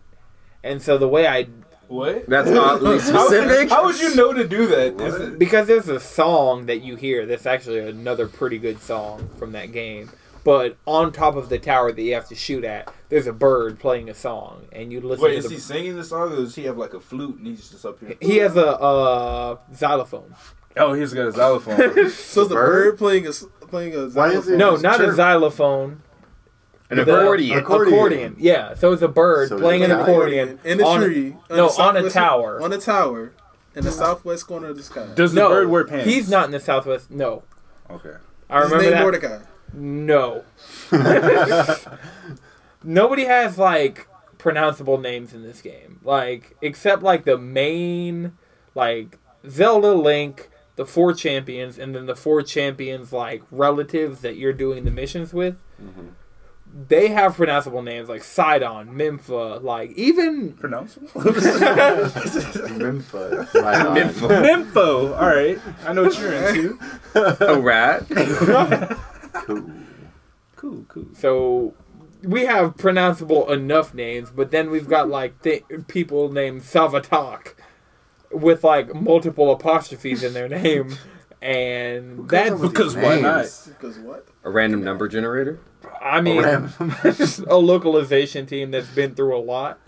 And so the way I, What? That's [laughs] oddly specific. How would you know to do that? Is it- because there's a song that you hear that's actually another pretty good song from that game. But on top of the tower that you have to shoot at, there's a bird playing a song, and you listen Wait, to is the. he singing the song, or does he have like a flute and he's just up here? He has a uh, xylophone. Oh, he's got [laughs] a xylophone. So is the Bird? bird, playing a s- playing a Why is xylophone? it- No, It's not a chirp. xylophone. An The- accordion. Accordion. accordion. [laughs] Yeah, so it's a bird So playing an it's an accordion in a on- tree? on no, the on a southwest- tower. On a tower in the southwest corner of the sky. Does no, the bird wear pants? he's not in the Southwest. No, Okay. I His remember name that. Mordecai. [laughs] No, nobody has like pronounceable names in this game, like except like the main, like Zelda, Link, the four champions, and then the four champions like relatives that you're doing the missions with. Mm-hmm. They have pronounceable names like Sidon, Mempha, like even Pronounceable? Mempha. [laughs] Right [laughs] on. Nympho. All right. I know what you're into. A rat. Cool. Cool, cool. So we have pronounceable enough names, but then we've got like th- people named Salvatok with like multiple apostrophes in their name, and that's Because why not? Because what? A random number generator. I mean a localization team that's been through a lot.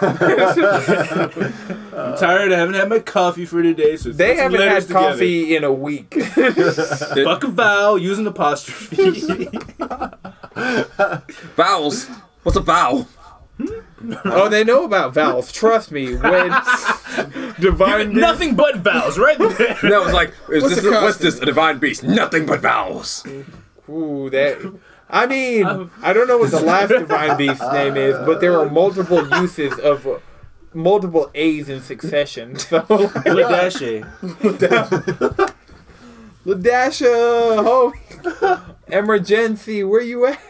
I'm tired. I haven't had my coffee for today, so They put some haven't letters had coffee in a week. [laughs] Together. Fuck a vowel. Use an apostrophe. Vowels. What's a vowel? oh, they know about vowels. Trust me. When divine Nothing but [laughs] vowels, right there. No, it's like, is What's this a a, what's consonant? this? A divine beast? Nothing but vowels. Ooh, that. I mean, I don't know what the last divine beast's name is, but there are multiple uses of uh, multiple A's in succession. [laughs] So, Ladashe. [laughs] Ladasha, homie, emergency, where you at?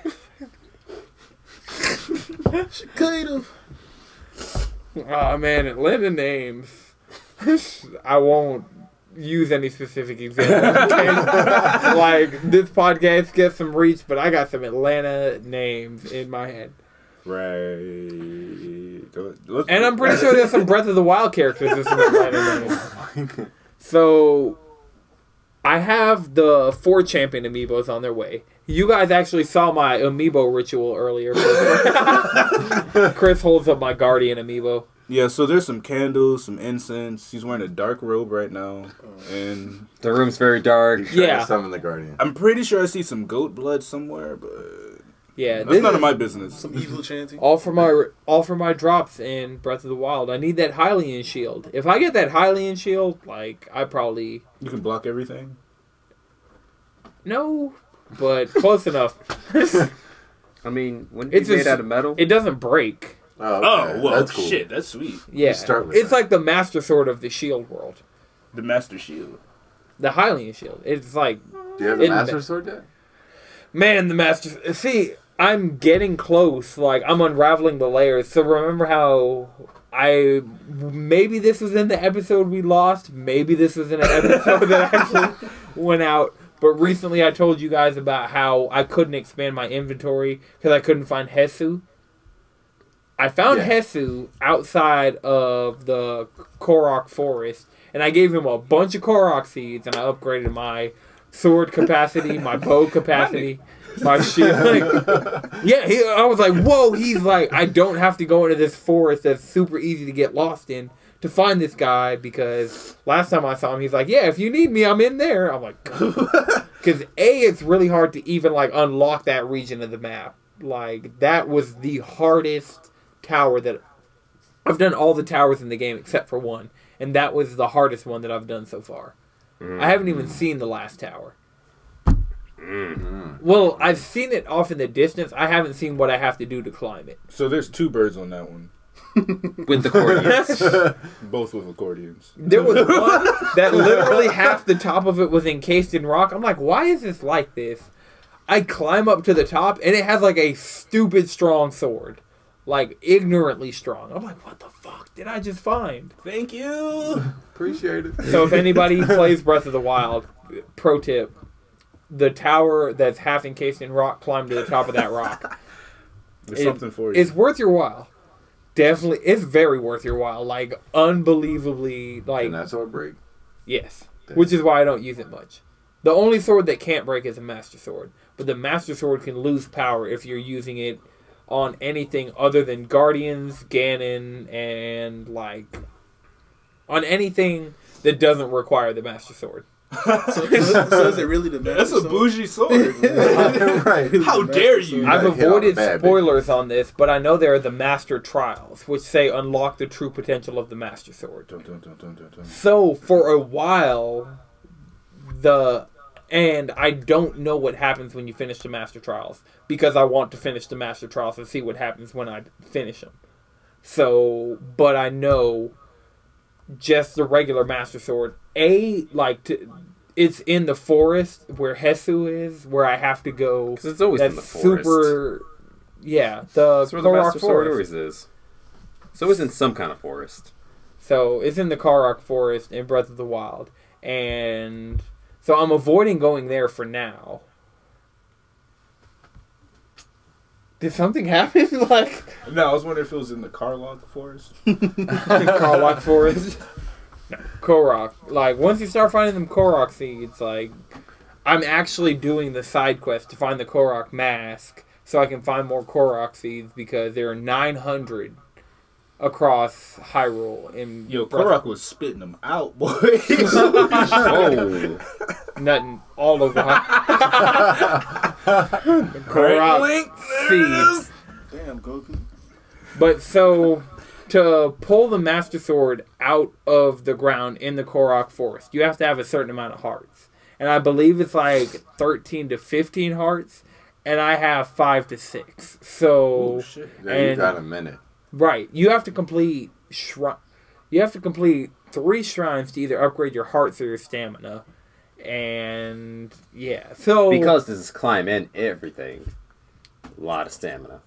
She could have. Oh man, Atlanta names. [laughs] I won't use any specific example. okay? like this podcast gets some reach, but I got some Atlanta names in my head, Right. Go- let's- and I'm pretty sure there's some Breath of the Wild characters with some Atlanta names. So I have the four champion amiibos on their way. You guys actually saw my amiibo ritual earlier. Chris holds up my guardian amiibo. Yeah, so there's some candles, some incense. He's wearing a dark robe right now. And The room's very dark. Yeah. Summon the guardian. Oh, I'm pretty sure I see some goat blood somewhere, but Yeah, that's this none is of my business. Some [laughs] evil chanting. all for my all for my drops in Breath of the Wild. I need that Hylian shield. If I get that Hylian shield, like I probably You can block everything. no, but close [laughs] enough. I mean, when It's it's made just- out of metal. It doesn't break. Oh, okay. Oh, well, That's cool. shit, that's sweet. Yeah, start with it's that. like the master sword of the shield world, The Master Shield. the Hylian shield. It's like Do you have the In- master sword yet? Man, the master. See, I'm getting close. Like I'm unraveling the layers. So remember how I maybe this was in the episode we lost. Maybe this was in an episode that actually went out. But recently, I told you guys about how I couldn't expand my inventory because I couldn't find Hesu. I found Yeah. Hesu outside of the Korok forest, and I gave him a bunch of Korok seeds, and I upgraded my sword capacity, my bow capacity, my shield. yeah, he, I was like, whoa, he's like, I don't have to go into this forest that's super easy to get lost in to find this guy because last time I saw him, he's like, yeah, if you need me, I'm in there. I'm like, [laughs] because A, it's really hard to even like unlock that region of the map. Like, that was the hardest tower that I've done all the towers in the game except for one, and that was the hardest one that I've done so far. I haven't even seen the last tower. Well, I've seen it off in the distance. I haven't seen what I have to do to climb it. [laughs] So there's two birds on that one, with the [laughs] coordinates. both with accordions. There was one that literally half the top of it was encased in rock. I'm like, why is this like this? I climb up to the top and it has like a stupid strong sword. Like ignorantly strong. I'm like, what the fuck did I just find? Thank you. Appreciate it. So if anybody plays Breath of the Wild, pro tip: the tower that's half encased in rock, climb to the top of that rock. There's It- something for you. It's worth your while. Definitely, it's very worth your while. Like unbelievably, like And that's how it break. yes, Damn. which is why I don't use it much. The only sword that can't break is a Master Sword, but the Master Sword can lose power if you're using it on anything other than Guardians, Ganon, and like on anything that doesn't require the Master Sword. So, so, so is it really the That's a master sword? [laughs] bougie sword. [laughs] right. How dare you? I've gotta hit on avoided the bad bit. spoilers on this, but I know there are the Master Trials, which say unlock the true potential of the Master Sword. Dun, dun, dun, dun, dun, dun. So for a while, the and I don't know what happens when you finish the Master Trials because I want to finish the Master Trials and see what happens when I finish them. So, but I know just the regular Master Sword. A like to, it's in the forest where Hesu is, where I have to go. 'Cause it's always in That's the forest. super. Yeah, the That's where the Korok master sword forest. always is. So it's in some kind of forest. So it's in the Korok Forest in Breath of the Wild, and so I'm avoiding going there for now. Did something [laughs] happen? like No, I was wondering if it was in the Carlock Forest. the Korok [laughs] Forest? No, Korok. Like once you start finding them Korok seeds, like I'm actually doing the side quest to find the Korok mask so I can find more Korok seeds because there are 900 across Hyrule in Yo, Breath of Korok was spitting them out, boy. [laughs] That's Oh, nothing all over [laughs] her. Corrupt seeds. Damn, Goku. But so to pull the Master Sword out of the ground in the Korok Forest, you have to have a certain amount of hearts. And I believe it's like 13 to 15 hearts, and I have 5 to 6. So, Yeah, you And- got a minute. right, you have to complete shri- you have to complete 3 shrines to either upgrade your hearts or your stamina. And yeah. Oh. So because this is climb and everything. A lot of stamina.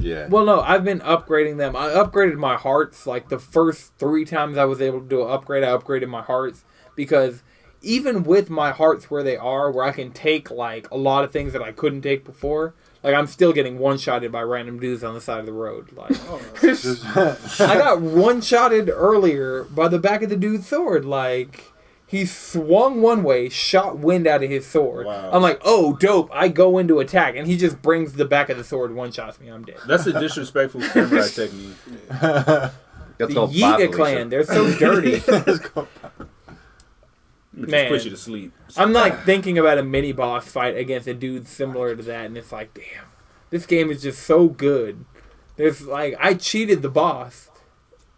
Yeah. Well, no, I've been upgrading them. I upgraded my hearts like the first three times I was able to do an upgrade. I upgraded my hearts. because even with my hearts where they are, where I can take like a lot of things that I couldn't take before, like I'm still getting one shotted by random dudes on the side of the road. Like I got one shotted earlier by the back of the dude's sword. Like he swung one way, shot wind out of his sword. Wow. I'm like, oh dope! I go into attack, and he just brings the back of the sword, one shots me. I'm dead. That's a disrespectful samurai technique. That's The called Yiga bodily clan, [laughs] shit. they're so dirty. [laughs] It Man. just puts you to sleep. I'm like thinking about a mini boss fight against a dude similar to that, and it's like, damn, this game is just so good. There's like, I cheated the boss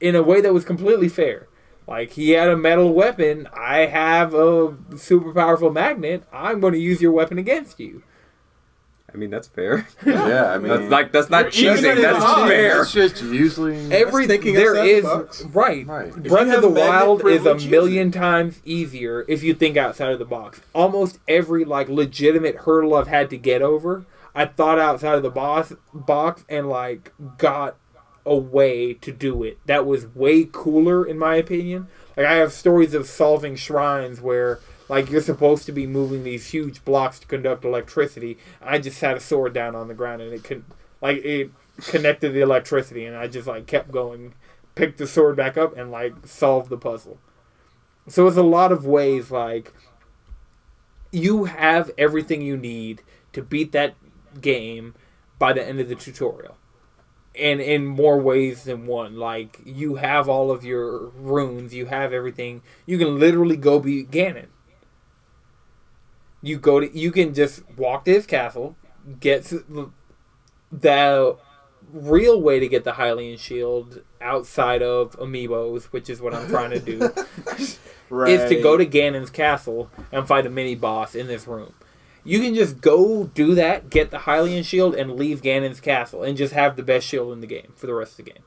in a way that was completely fair. Like, he had a metal weapon, I have a super powerful magnet, I'm going to use your weapon against you. I mean, that's [laughs] fair. yeah, I mean, That's [laughs] like that's not You're even cheating. in That's the hobby. fair. That's just usually. Every thinking there outside is the box. right. Right. If you Breath of have the magnet Wild is a privilege, use million times easier if you think outside of the box. Almost every like legitimate hurdle I've had to get over, I thought outside of the box box and like got a way to do it that was way cooler in my opinion. Like I have stories of solving shrines where like you're supposed to be moving these huge blocks to conduct electricity. I just had a sword down on the ground and it could like it connected the electricity and I just like kept going, picked the sword back up and like solved the puzzle. So it's a lot of ways like you have everything you need to beat that game by the end of the tutorial. And in more ways than one. Like you have all of your runes, you have everything. You can literally go beat Ganon. You go to you can just walk to his castle, get to the- the real way to get the Hylian shield outside of amiibos, which is what I'm trying to [laughs] do Right. is to go to Ganon's castle and fight a mini boss in this room. You can just go do that, get the Hylian shield, and leave Ganon's castle, and just have the best shield in the game for the rest of the game.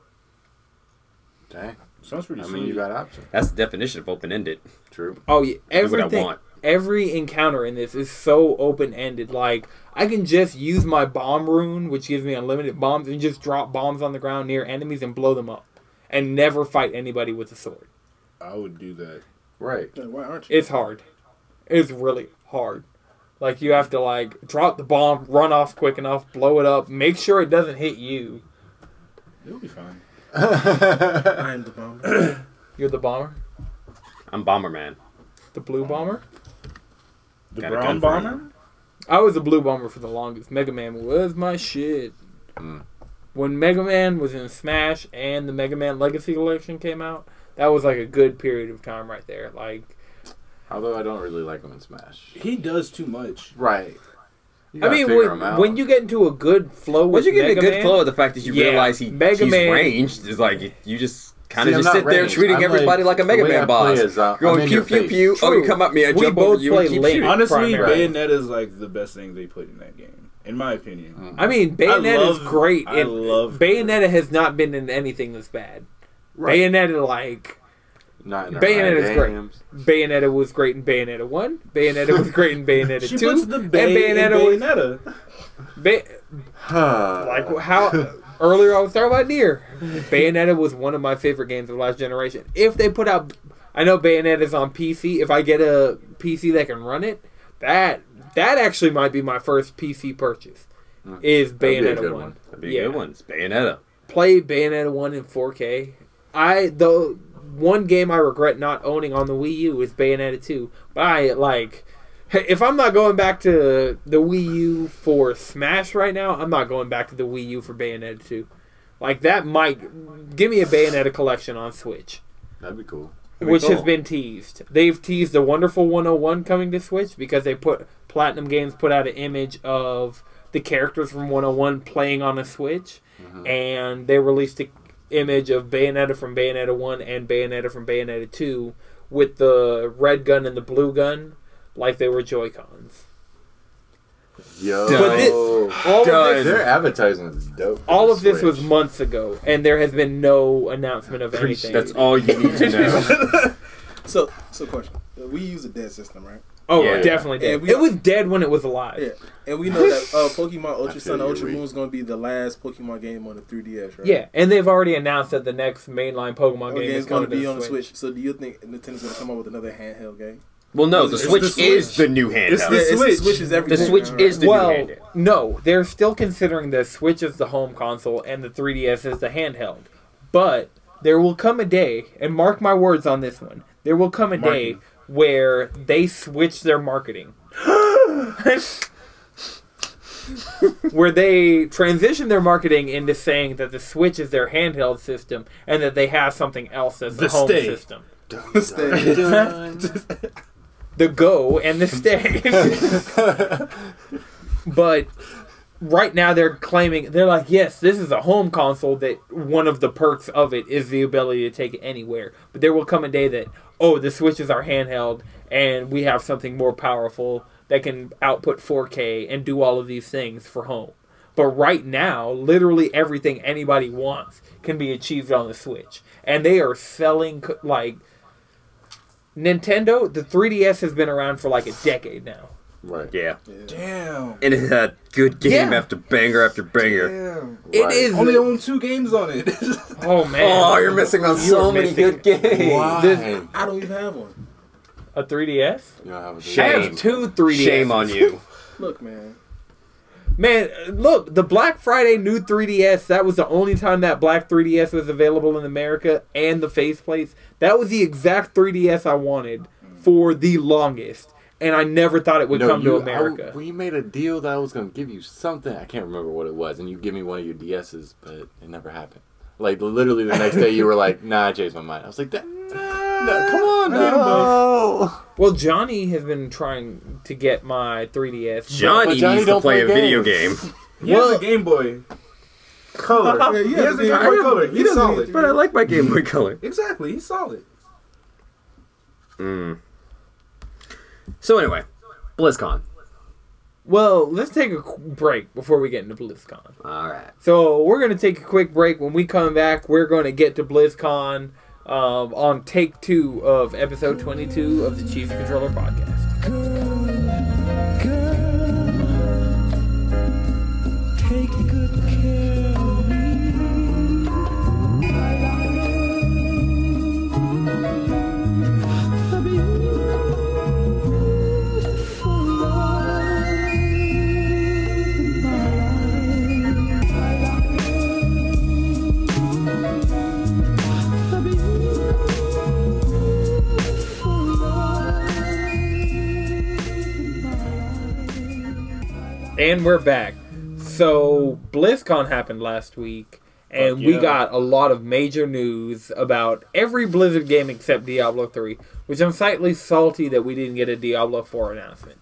Dang. Sounds pretty I sweet. mean, you got options. That's the definition of open ended. True. Oh yeah, what I everything, want. every encounter in this is so open ended. Like I can just use my bomb rune, which gives me unlimited bombs, and just drop bombs on the ground near enemies and blow them up, and never fight anybody with a sword. I would do that. Right. Then Why aren't you? It's hard. It's really hard. Like you have to like drop the bomb, run off quick enough, blow it up, make sure it doesn't hit you. It'll be fine. I am the [coughs] bomber. You're the bomber, I'm Bomberman. the blue bomber. The Got a gun brown for bomber? I was the blue bomber for the longest. Mega Man was my shit. Hmm. When Mega Man was in Smash and the Mega Man Legacy Collection came out, that was like a good period of time right there. Like Although I don't really like him in Smash. He does too much. Right. I You gotta mean, figure when, him out. when you get into a good flow with Once you get Mega a good Man, flow of the fact that you Yeah, realize he, Mega he's Man- ranged, is like you, you just kind See, of I'm just not sit there ranged. treating I'm everybody like- like, a the Mega way Man I boss. play is, uh, I'm going in pew your pew face. pew. Oh, you True. come at me. I We jump both over you play and keep late. shooting. Honestly, Primary. Bayonetta is like the best thing they put in that game, in my opinion. I mean, Bayonetta is love- great. I and love- Bayonetta has not been in anything this bad. Right. Bayonetta like Not in our Bayonetta's high great. games. Bayonetta was great in Bayonetta one. Bayonetta was great in Bayonetta [laughs] She two. puts the and bay in was- Bayonetta. Ba- [sighs] like [laughs] how earlier I was talking about near. Bayonetta was one of my favorite games of last generation. If they put out, I know Bayonetta's on PC. If I get a PC that can run it, that that actually might be my first PC purchase. Is Hmm. be a Bayonetta good one? one. That'd be a good one. It's Bayonetta. play Bayonetta one in 4K. I the one game I regret not owning on the Wii U is Bayonetta two. But I like if I'm not going back to the Wii U for Smash right now, I'm not going back to the Wii U for Bayonetta two. Like that might give me a Bayonetta collection on Switch, [sighs] That'd be cool. be which has cool. been teased. They've teased the Wonderful 101 coming to Switch because they put Platinum Games put out an image of the characters from 101 playing on a Switch Mm-hmm. and they released the image of Bayonetta from Bayonetta 1 and Bayonetta from Bayonetta 2 with the red gun and the blue gun like they were Joy-Cons. Yo. But thi- All of Done. this, Their advertising is dope. for all the of this was Switch. months ago and there has been no announcement of Appreciate anything. [laughs] That's all you need to know. So, so question. Uh, We use a dead system, right? Oh, Yeah. definitely Yeah, dead. we- it was dead when it was alive. Yeah, and we know that uh, Pokemon I Ultra feel Sun and you, Ultra Reed. Moon is going to be the last Pokemon game on the 3DS, right? Yeah, and they've already announced that the next mainline Pokemon Our game game's is going coming to be on the Switch. So, do you think Nintendo's going to come up with another handheld game? Well, no, the It's Switch, the is Switch. the new handheld. It's Yeah, the- it's- Switch. is The the everything. Switch right? [laughs] is the new Well, handheld. no, they're still considering the Switch as the home console and the 3DS as the handheld. But there will come a day, and mark my words on this one, there will come a day Marketing. where they switch their [gasps] marketing. where they transition their marketing into saying that the Switch is their handheld system and that they have something else as the The home stay. system. Stay. the go and the stay. but right now they're claiming they're like, yes, this is a home console that one of the perks of it is the ability to take it anywhere. But there will come a day that oh, the switches are handheld and we have something more powerful that can output 4K and do all of these things for home. But right now, literally everything anybody wants can be achieved on the Switch, and they are selling c- like Nintendo, the 3DS has been around for like a decade now. Right. Yeah. Damn. And it had good game Yeah. after banger after banger. Damn. Right. It is. Only own two games on it. [laughs] oh man. Oh, you're missing on You so are many missing- good games. Why? This- I don't even have one. A 3DS? You don't have a I Shame. have two 3DS. Shame on you. Look, man. Man, look, the Black Friday new 3DS, that was the only time that Black 3DS was available in America and the faceplates. That was the exact 3DS I wanted for the longest. And I never thought it would come you- to I- America. we made a deal that I was going to give you something. I can't remember what it was, and you give me one of your DSs, but it never happened. Like literally the next day, you were like, "Nah, I changed my mind." I was like, that, "No, come on, I need 'em no." well, Johnny has been trying to get my 3DS. but- [laughs] Johnny, But Johnny needs to don't play, play a video game. He has a Game Boy Color. yeah, he has a the Game Game Boy Boy. Color. He He's doesn't need solid. to- but I like my Game Boy Color. Exactly. He's solid. Mm. So anyway, BlizzCon. Well, let's take a qu- break before we get into BlizzCon. All right. So we're gonna take a quick break. When we come back, we're gonna get to BlizzCon um, on take two of episode twenty-two of the Chief Controller podcast. And we're back. So BlizzCon happened last week, and Fuck we yeah. got a lot of major news about every Blizzard game except Diablo three, which I'm slightly salty that we didn't get a Diablo four announcement.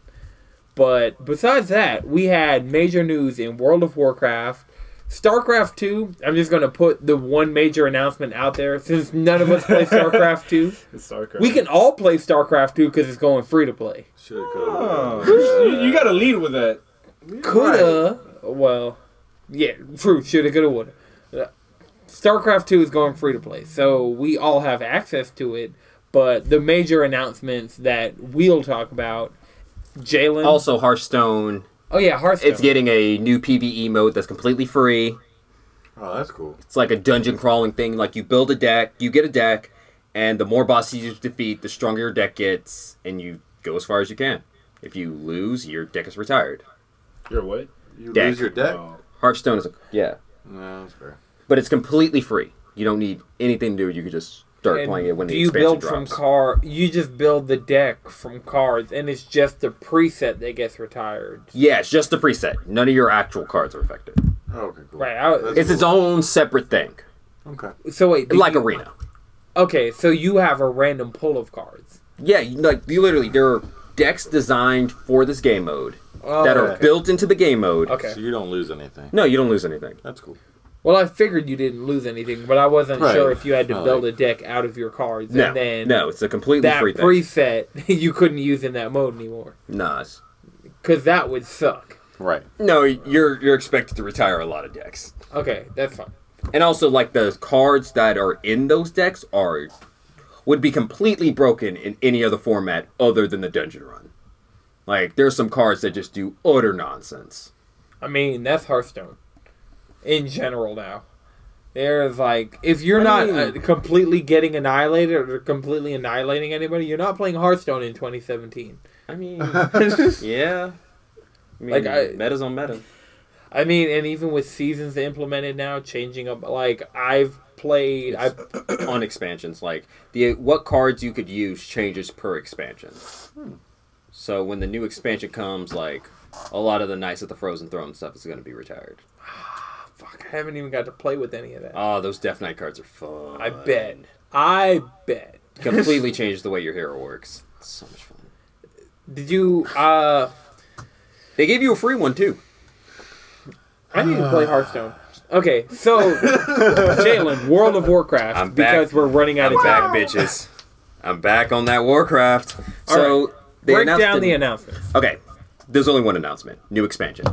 But besides that, we had major news in World of Warcraft, StarCraft 2. I'm just going to put the one major announcement out there since none of us [laughs] play StarCraft 2. It's StarCraft. We can all play StarCraft 2 because it's going free to play. Should Oh, [laughs] you, you gotta lead with that. Coulda. Well, yeah, true. Shoulda, coulda, woulda. Uh, StarCraft 2 is going free to play, so we all have access to it. But the major announcements that we'll talk about, Jalen. Also, Hearthstone. oh, yeah, Hearthstone. It's getting a new PVE mode that's completely free. Oh, that's cool. It's like a dungeon crawling thing. Like you build a deck, you get a deck, and the more bosses you defeat, the stronger your deck gets, and you go as far as you can. If you lose, your deck is retired. You're what? You Deck. lose your deck. Oh. Hearthstone is a yeah, No, that's fair. but it's completely free. You don't need anything to do. You can just start And playing it when the do you expansion build drops. from car? You just build the deck from cards, and it's just the preset that gets retired. yeah, it's just the preset. None of your actual cards are affected. Oh, okay, cool. Right. I, That's- It's its own separate thing, Okay. so wait, do like you- arena. okay, so you have a random pull of cards. Yeah, you- like you literally there are decks designed for this game mode Oh, that are okay. built into the game mode. Okay. So you don't lose anything. No, you don't lose anything. That's cool. Well, I figured you didn't lose anything, but I wasn't Right. sure if you had to Not build like- a deck out of your cards, No, and then no, it's a completely that free thing. preset [laughs] you couldn't use in that mode anymore, nah, it's- because that would suck. Right. no, you're you're expected to retire a lot of decks, Okay, that's fine. and also like the cards that are in those decks are would be completely broken in any other format other than the dungeon run. Like there's some cards that just do utter nonsense. I mean, that's Hearthstone in general now. There's like, if you're I not mean- uh, completely getting annihilated or completely annihilating anybody, you're not playing Hearthstone in 2017. [laughs] I mean, yeah. I mean, Like, I- meta's on meta. [clears throat] I mean, and even with seasons implemented now, changing up, like, I've played, I on expansions. Like the what cards you could use changes per expansion. Hmm. So when the new expansion comes, like a lot of the Knights of the Frozen Throne stuff is going to be retired. fuck, I haven't even got to play with any of that. Ah, those Death Knight cards are fun. I bet. I bet. [laughs] Completely changed the way your hero works. So much fun. Did you, uh, They gave you a free one too. I need [sighs] to play Hearthstone. Okay, so, [laughs] Jalen, World of Warcraft, I'm back. because we're running out I'm of time. back, bitches. I'm back on that Warcraft. So they Break announced down an- the announcements. Okay, there's only one announcement. New expansion.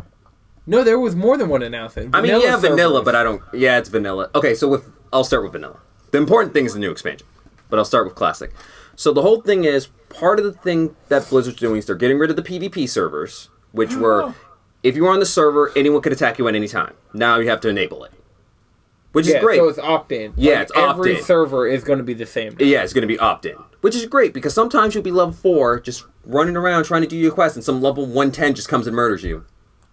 No, there was more than one announcement. I mean, yeah, vanilla, servers. but I don't. Yeah, it's vanilla. Okay, so with I'll start with vanilla. The important thing is the new expansion, but I'll start with classic. So the whole thing is part of the thing that Blizzard's doing is they're getting rid of the PvP servers, which were if you were on the server, anyone could attack you at any time. Now you have to enable it, which yeah, is great. So it's opt in. Yeah, it's every opt-in. server is going to be the same. yeah, it's going to be opt in, which is great because sometimes you'll be level four just running around trying to do your quest, and some level one ten just comes and murders you.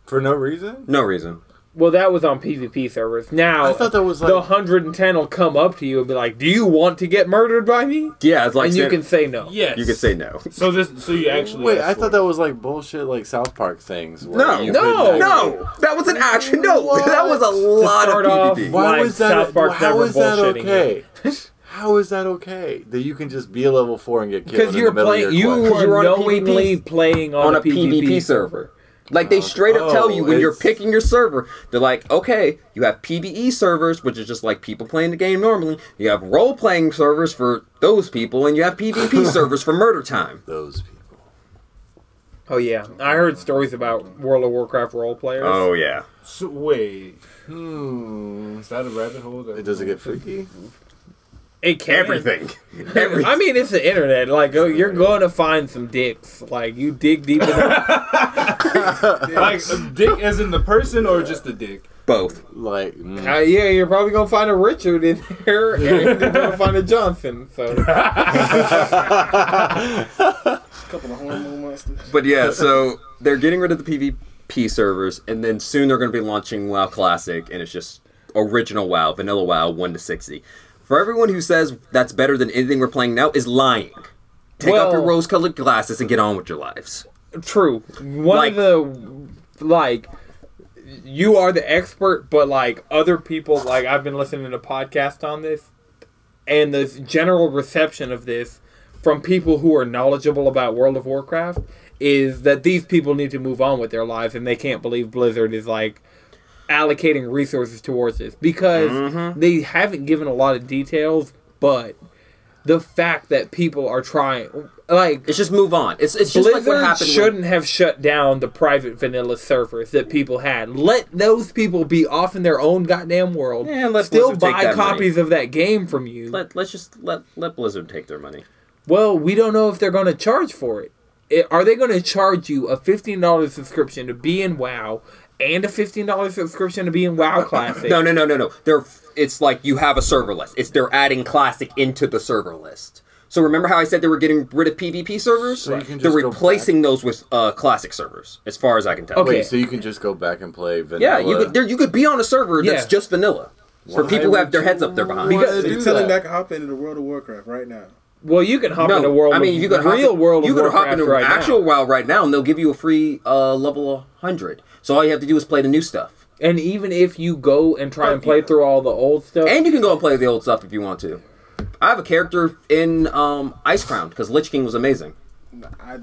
For no reason? No reason. Well, that was on PvP servers. Now I thought that was the like- 110 will come up to you and be like, "Do you want to get murdered by me?" Yeah, it's like and you can say no. Yes. you can say no. So this. So you actually. Wait, asked I for thought it. that was like bullshit, like South Park things. where No, you No, couldn't actually- No, that was an action. No, [laughs] What? that was a lot start of off- PvP. Why Like, was that? South Park's how never is that bullshitting okay? [laughs] how is that okay that you can just be a level four and get killed? Because in you're the middle playing, Of your you quest? Because were you're on a knowingly PvP playing on, on a PvP server. Like they straight up tell you Oh, when you're it's- picking your server, they're like, okay, you have PVE servers, which is just like people playing the game normally. You have role playing servers for those people, and you have PvP servers for murder time. Those people. Oh yeah, I heard stories about World of Warcraft role players. yeah, So, wait, Hmm. is that a rabbit hole? That It does it get freaky? it can. everything, everything. I mean, it's the internet. Like, oh, you're going to find some dicks. Like, you dig uh, deep. [laughs] Enough. like a dick as in the person or just a dick? both. Like, mm. Uh, yeah, you're probably gonna find a Richard in there, and you're gonna find a Johnson. So couple of hormone monsters. But yeah, so they're getting rid of the PvP servers, and then soon they're going to be launching WoW Classic, and it's just original WoW, vanilla WoW, one to sixty. For everyone who says that's better than anything we're playing now, is lying. Take off your Well- rose-colored glasses and get on with your lives. true. One of Like- the like, you are the expert, but like other people, like I've been listening to podcasts on this, and the general reception of this from people who are knowledgeable about World of Warcraft is that these people need to move on with their lives, and they can't believe Blizzard is like allocating resources towards this because they haven't given a lot of details, but the fact that people are trying like It's just move on. It's it's just Blizzard like what happened. shouldn't have shut down the private vanilla servers that people had. Let those people be off in their own goddamn world. Yeah, let Still Blizzard take buy that money. copies of that game from you. When, let let's just let let Blizzard take their money. well, we don't know if they're going to charge for it. I- Are they going to charge you a fifteen dollars subscription to be in WoW and a fifteen dollars subscription to be in WoW Classic? No, no, no, no, no. They're it's like you have a server list. It's they're adding classic into the server list. So remember how I said they were getting rid of PvP servers? So you can they're just go replacing those with uh, classic servers, as far as I can tell. Okay. Wait, so you can just go back and play vanilla? Yeah, you could there, you could be on a server that's Yeah. just vanilla for Why people who have would their you heads up their behind. want Because- to You're do telling that? that to hop into the world of Warcraft right now. Well, you can hop no, into world. I mean of, you could hop real in- world. You of could hop Warcraft into right now. actual WoW right now, and they'll give you a free uh, level hundred. So all you have to do is play the new stuff, And even if you go and try and play through all the old stuff, and you can go and play the old stuff if you want to. I have a character in um, Ice Crown because Lich King was amazing. Nah, I,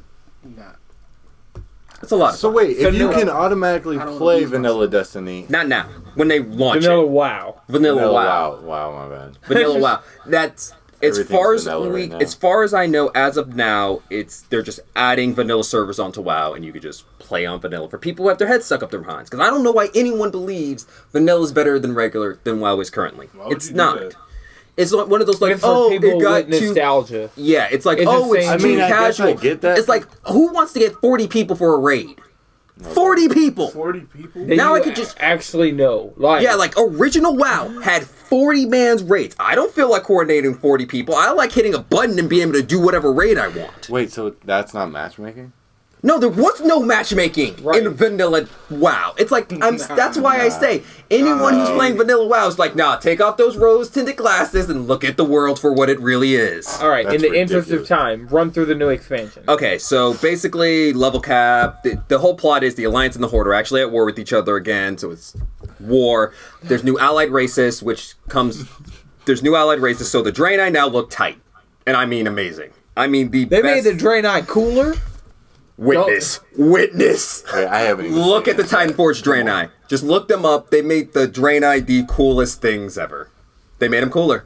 nah. It's a lot. Of So fun. wait, if you Vanilla. can automatically don't play lose Vanilla Destiny, Not now. When they launch vanilla it. WoW. Vanilla, Vanilla WoW. wow, wow, my bad. [laughs] Vanilla WoW. That's as Everything's far as vanilla we, right now. as far as I know, as of now, it's they're just adding vanilla servers onto WoW, and you could just play on vanilla for people who have their heads stuck up their behinds. Because I don't know why anyone believes vanilla is better than regular than WoW is currently. would it's you do not. that? It's like one of those like, It's for oh, people it got with too. nostalgia. Yeah, it's like, It's oh, it's insane. too I mean, I guess casual. I get that. It's like, who wants to get 40 people for a raid? 40 people! Forty people. that Now you I could just- a- actually know. Like, Yeah, like original WoW had 40 man's raids. I don't feel like coordinating 40 people. I like hitting a button and being able to do whatever raid I want. Wait, so that's not matchmaking? No, there was no matchmaking Right. in vanilla WoW. It's like [laughs] I'm, that's why I say anyone who's playing vanilla WoW is like, nah, take off those rose tinted glasses and look at the world for what it really is. all right. In That's the interest of ridiculous. time, run through the new expansion. Okay, so basically, level cap. The, the whole plot is the Alliance and the Horde are actually at war with each other again, so it's war. There's new allied races, which comes. There's new allied races, so the Draenei now look tight, and I mean amazing. I mean the They made best the Draenei cooler. witness, witness. Wait, I haven't even Look seen at the it. Titan Forge Draenei. Just look them up. They made the Draenei the coolest things ever. They made them cooler.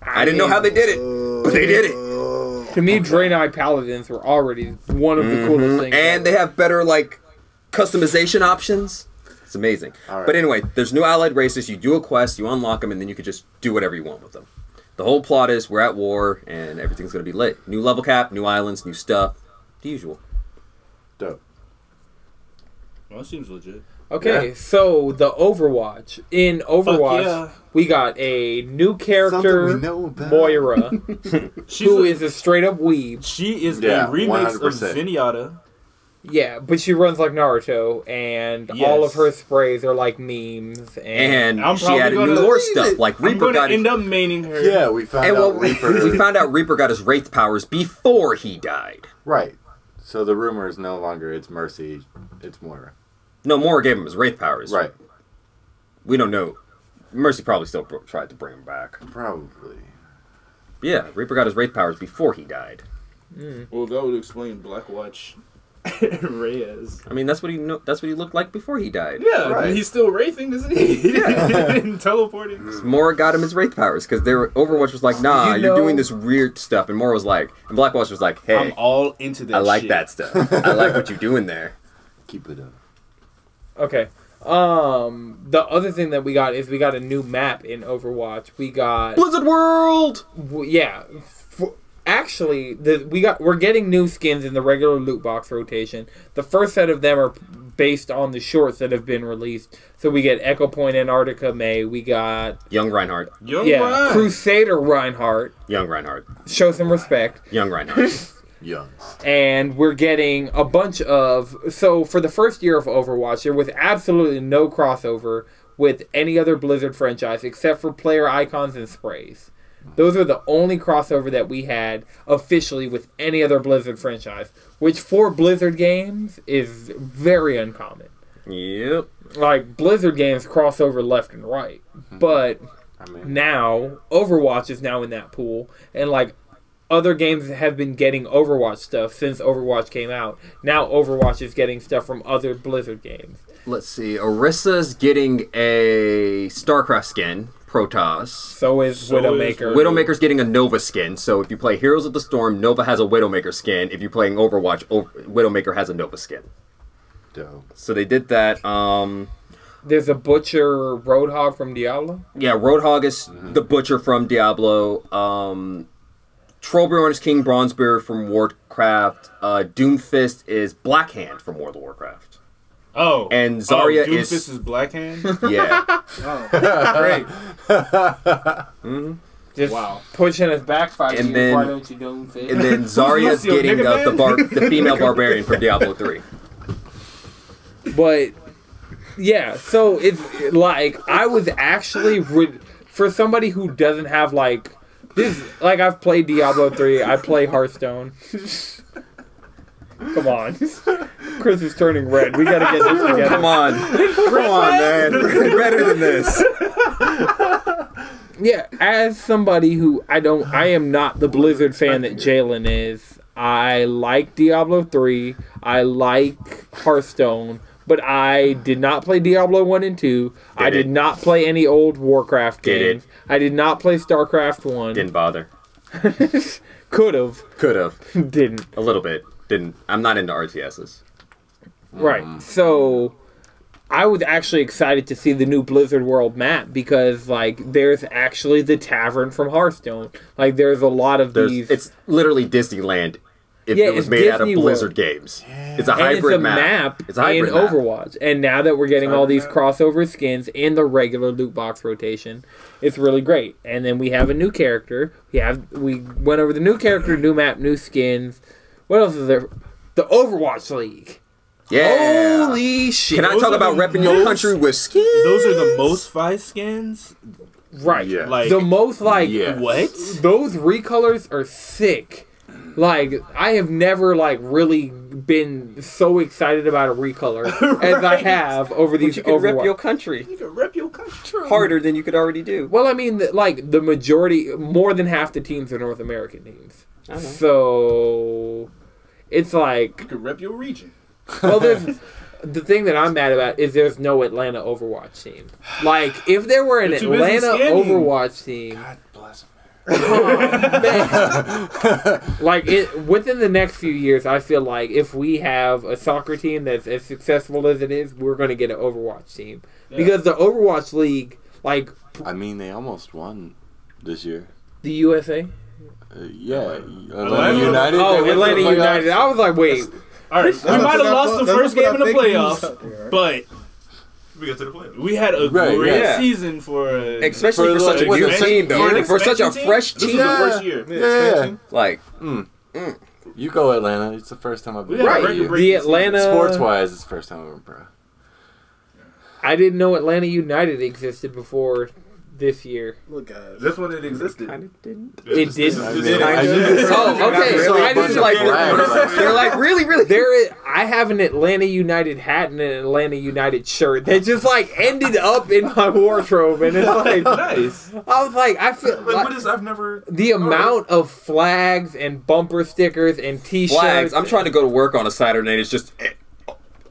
I didn't know how they did it, but they did it. To me, Draenei paladins were already one of the coolest things. And they have better like customization options. It's amazing. Alright. But anyway, there's new allied races. You do a quest, you unlock them, and then you can just do whatever you want with them. The whole plot is we're at war, and everything's gonna be lit. New level cap, new islands, new stuff, the usual. Dope. Well, that seems legit. okay, so the Overwatch. In Overwatch, yeah. we got a new character, Something we know about. [laughs] Moira, She's who a, is a straight up weeb. she is Yeah, a remix of 100%. Zenyatta. Yeah, but she runs like Naruto, and all of Yes. her sprays are like memes. And, And I'm she probably added new gonna- lore stuff like I'm Reaper gonna got end up maining her. Yeah, we [laughs] found And well, out Reaper. [laughs] we found out Reaper got his wraith powers before he died. right. So the rumor is no longer it's Mercy, it's Moira. No, Mora gave him his wraith powers. Right. We don't know. Mercy probably still br- tried to bring him back. Probably. Yeah, Reaper got his wraith powers before he died. Well, that would explain Blackwatch [laughs] Reyes. I mean, that's what he kno- that's what he looked like before he died. Yeah, Right. he's still wraithing, isn't he? Yeah, [laughs] and teleporting. Mora got him his wraith powers because their Overwatch was like, "Nah, You you are know- doing this weird stuff," and Mora was like, and Blackwatch was like, I'm "Hey, all into that. I like shit. that stuff. I like what you're doing there." Keep it up. okay. Um, the other thing that we got is we got a new map in Overwatch. We got Blizzard World. Well, yeah. F actually, the, we got we're getting new skins in the regular loot box rotation. The first set of them are based on the shorts that have been released. So we get Echo Point Antarctica May. We got Young Reinhardt. Young yeah Ryan. Crusader Reinhardt. Young Reinhardt. Show some respect. Young Reinhardt. Young. And we're getting a bunch of so for the first year of Overwatch, there was absolutely no crossover with any other Blizzard franchise except for player icons and sprays. Those are the only crossover that we had officially with any other Blizzard franchise, which for Blizzard games is very uncommon. yep. Like Blizzard games cross over left and right, but I mean, now Overwatch is now in that pool, and like other games have been getting Overwatch stuff since Overwatch came out. Now Overwatch is getting stuff from other Blizzard games. Let's see. Orissa's getting a StarCraft skin, Protoss. So is So is Widowmaker. Widow- Widowmaker's getting a Nova skin. So if you play Heroes of the Storm, Nova has a Widowmaker skin. If you're playing Overwatch, o- Widowmaker has a Nova skin. [laughs] dope. So they did that. Um, There's a Butcher Roadhog from Diablo. yeah, Roadhog is Mm-hmm. the butcher from Diablo. Um, Trollbjorn is King Bronzebeard from Warcraft. Uh, Doomfist is Blackhand from World of Warcraft. Oh, And Zarya oh, Doomfist is- is Blackhand. Yeah. Wow. Great. Oh, Just Wow. pushing us back five And years. then- Why don't you do fit? [laughs] And then Zarya's Lucio, getting nigga uh, the, man? bar- [laughs] the female barbarian from Diablo 3. but yeah, so it's like I was actually re- for somebody who doesn't have like this. Like I've played Diablo three, I play Hearthstone. Come on, Chris is turning red. We gotta get [laughs] this together. [laughs] Come on. Come on, man. We're better than this. Yeah, as somebody who I don't, I am not the Blizzard fan that Jalen is. I like Diablo three. I like Hearthstone, but I did not play Diablo one and two. I Did did it. not play any old Warcraft Did it. games. I did not play StarCraft one. Didn't bother. Could have, Could have. [laughs] didn't. A little bit. Didn't. I'm not into RTSs. Right. So I was actually excited to see the new Blizzard World map because like there's actually the tavern from Hearthstone. Like there's a lot of There's, these. it's literally Disneyland. If Yeah, it was it's made out of Disney World. Blizzard games, it's a hybrid and it's a map. map, It's a hybrid in map. Overwatch. And now that we're getting all these crossover skins and the regular loot box rotation, it's really great. And then we have a new character. We have we went over the new character, new map, new skins. What else is there? The Overwatch League. Yeah. Holy shit! Can I Those talk are about the repping your most- country with skins? Those are the most five skins. right? Yeah. Like the most like Yeah. what? those recolors are sick. Like I have never like really been so excited about a [laughs] recolor as I Right. have over these you can rep Overwatch- your country You can rep your country. harder than you could already do. Well, I mean, th- like the majority, more than half the teams are North American teams. know. So it's like, You can rep your region. well, [laughs] there's the thing that I'm mad about is there's no Atlanta Overwatch team. Like, if there were an You're too busy Atlanta scanning. Overwatch team, God bless America. like it within the next few years, I feel like if we have a soccer team that's as successful as it is, we're going to get an Overwatch team because the Overwatch League, like I mean, they almost won this year. the USA, Uh, yeah, Atlanta, Atlanta- United. they went oh to the Atlanta playoffs. United. I was like, wait, All right, we That's might what I have lost thought- the that's first what I game in the think we was out playoffs, there. but We got to the playoffs. we had a Right, great yeah. season for uh, a Especially for, For such a the- new was it team, second though. year? Like, for such a Expansion team? fresh This is team, the Yeah. first year. Yeah, Yeah. expansion. like You go Atlanta. It's the first time I've We been. had Right. a record the Atlanta Sports wise, it's the first time I've been pro. I didn't know Atlanta United existed before this year. Look, guys. That's when it existed. of didn't. It did. I This mean, is- I this knew is- [laughs] this- Oh, okay. Really So a I bunch didn't of like. flags. They're like really, really. There is. I have an Atlanta United hat and an Atlanta United shirt that just like ended up in my wardrobe, and it's like Nice. I was like, I feel Like, like what is? I've never. the amount of flags and bumper stickers and T-shirts. flags. I'm trying to go to work on a Saturday and it's just a,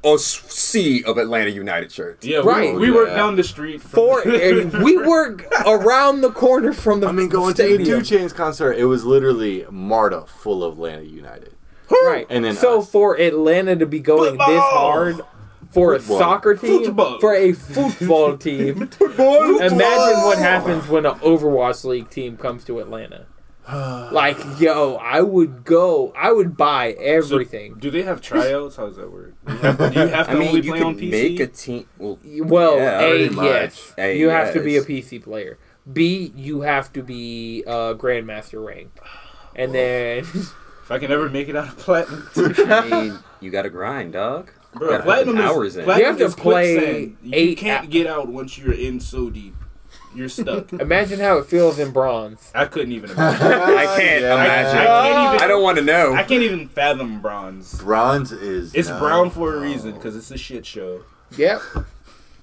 a sea of Atlanta United shirts. Yeah, Right. We, we worked Yeah. down the street from- For and we were around the corner from the. I mean, going to the stadium. Two Chains concert, it was literally Marta full of Atlanta United. Right. And then so us. for Atlanta to be going this Football! hard for Football. a soccer team, Football. for a [laughs] football team, imagine what happens when an Overwatch League team comes to Atlanta. Like, yo, I would go, I would buy So, everything. do they have tryouts? How does that work? Do you have to, do you have to I mean, only you play can on PC? make a team. Well, [laughs] well, Yeah, A, pretty much. yes. A, you have to be a yes. PC player. B, you have to be uh, Grandmaster ranked. And then, [laughs] if I can ever make it out of platinum, [laughs] I mean, you got to grind, dog. Bro, gotta put platinum is, hours in. platinum You have to is quicksand. play You eight can't hou- get out once you're in so deep. You're stuck. imagine how it feels in bronze. I couldn't even. Imagine. I [laughs] can't Yeah. imagine. I can't even- I don't want to know. I can't even fathom bronze. Bronze is. It's no, brown for a no. reason because it's a shit show. Yep.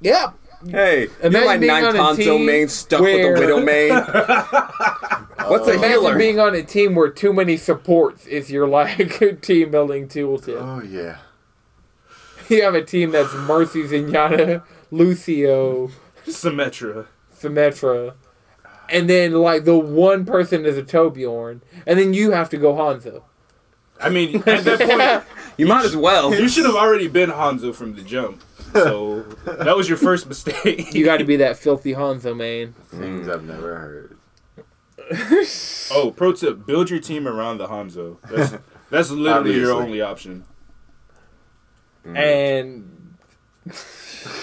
Yep. Hey, Imagine you like being on a non-Conzo team main stuck where- with a widow main. What's a Imagine healer? being on a team where too many supports is your like [laughs] team building tooltip. Oh yeah. You have a team that's Mercy Zenyatta, Lucio, Symmetra. Symmetra, and then like the one person is a Torbjorn, and then you have to go Hanzo. I mean, at that you might as [laughs] well. point, you should have already been Hanzo from the jump. So that was your [laughs] first mistake. [laughs] You got to be that filthy Hanzo man. Things Mm. I've never heard. Oh, pro tip: build your team around the Hanzo. That's [laughs] that's literally your Obviously. only option. And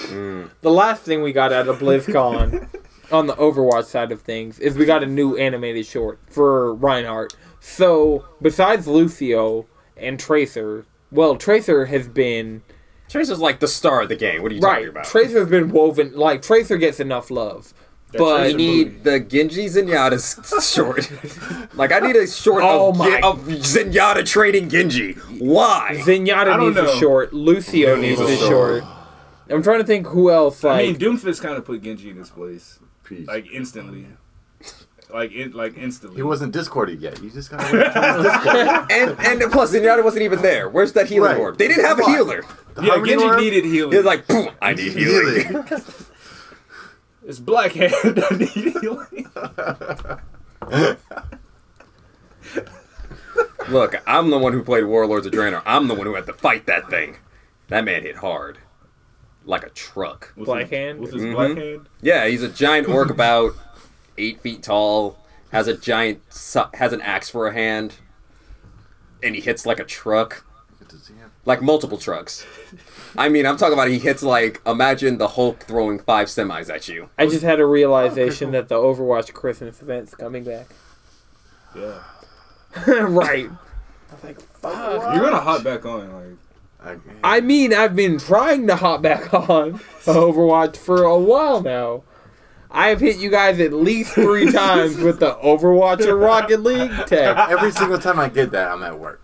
Mm. [laughs] the last thing we got out of [laughs] BlizzCon on the Overwatch side of things is we got a new animated short for Reinhardt. So besides Lucio and Tracer, well, Tracer has been Tracer's like the star of the game. What are you right. talking about? Tracer has been woven like Tracer gets enough love, I but Tracer- need the Genji Zenyatta s- short. [laughs] like I need a short Oh of, my- Gen- of Zenyatta trading Genji. Why? Zenyatta I don't needs a know. short. Lucio needs a short. I'm trying to think who else like. I mean, Doomfist kind of put Genji in his place, Peace. like instantly, like in, like instantly. he wasn't discorded yet. [laughs] You just gotta wait until he's discorded. and and plus Zenyatta wasn't even there. Where's that healing Right. orb? They didn't have a Why? healer. The Yeah, Harmony Genji Orb? needed They're healing. like, "Phew, I need healing. [laughs] Healing. it's black hair [laughs] that needed healing. Look, I'm the one who played Warlords of Draenor. I'm the one who had to fight that thing. That man hit hard. like a truck. With Black his, hand? With his Mhm. black hand. Yeah, he's a giant [laughs] orc about eight feet tall, has a giant so- has an axe for a hand, and he hits like a truck, Does he have- like multiple trucks. I mean, I'm talking about he hits like imagine the Hulk throwing five semis at you. I just had a realization that the Overwatch Christmas event's coming [laughs] back. [laughs] Yeah. right. I was like, fuck. You're gonna hop back on. Like I, I mean, I've been trying to hop back [laughs] on Overwatch for a while now. I've hit you guys at least three times with the Overwatch and Rocket League tag. every single time I get that, I'm at work.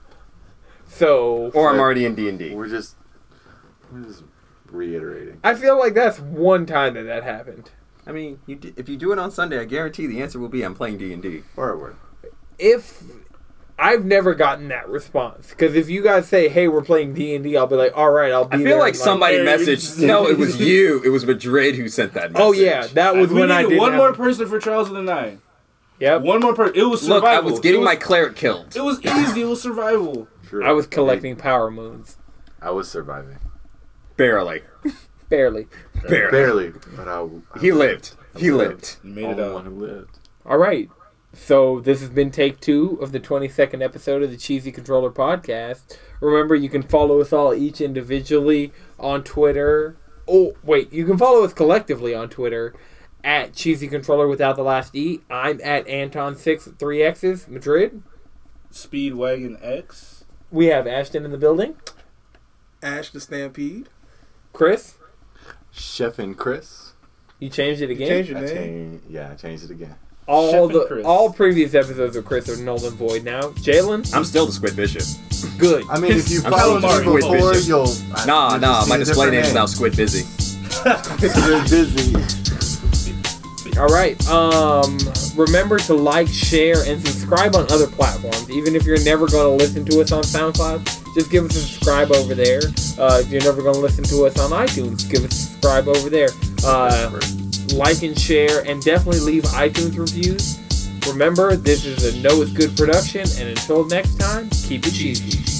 So Or I'm already in D and D. We're just, we're just reiterating. I feel like that's one time that that happened. I mean, you d- if you do it on Sunday, I guarantee the answer will be I'm playing D and D. Or at work. If I've never gotten that response, because if you guys say, "Hey, we're playing D and I'll be like, "All right, I'll be." I feel there," like somebody there you messaged. go. No, it was you. It was Madrid who sent that message. Oh yeah, that was we when needed I did one that. more person for Trials of the Nine. Yep. One more person. It was survival. Look, I was getting it my cleric killed. It was easy. It was survival. Sure. I was collecting power moons, I was surviving. Barely. barely. Barely. Barely. But I, I He lived. He lived. You Made made it it the one out. who lived. All right. So this has been take two of the 22nd episode of the Cheesy Controller podcast. Remember, you can follow us all each individually on Twitter. Oh, wait, you can follow us collectively on Twitter at Cheesy Controller without the last E. I'm at Anton6 with three X's, Madrid. Speedwagon X. We have Ashton in the building. Ash the Stampede. Chris, Chef and Chris. you changed it again. Change your I name. changed, yeah, I changed it again. all Chef and the Chris. all previous episodes of Chris are null and void now. Jalen, I'm still the Squid Bishop. good. I mean, if you I'm follow sorry, me Squid before, Bishop. you'll. I- Nah, you'll nah, just my see a display different name is now Squid Busy. They're busy. All right. Um, remember to like, share, and subscribe on other platforms. Even if you're never going to listen to us on SoundCloud, just give us a subscribe over there. Uh, if you're never going to listen to us on iTunes, give us a subscribe over there. Uh, like and share, and definitely leave iTunes reviews. Remember, this is a No It's Good production, and until next time, keep it cheesy.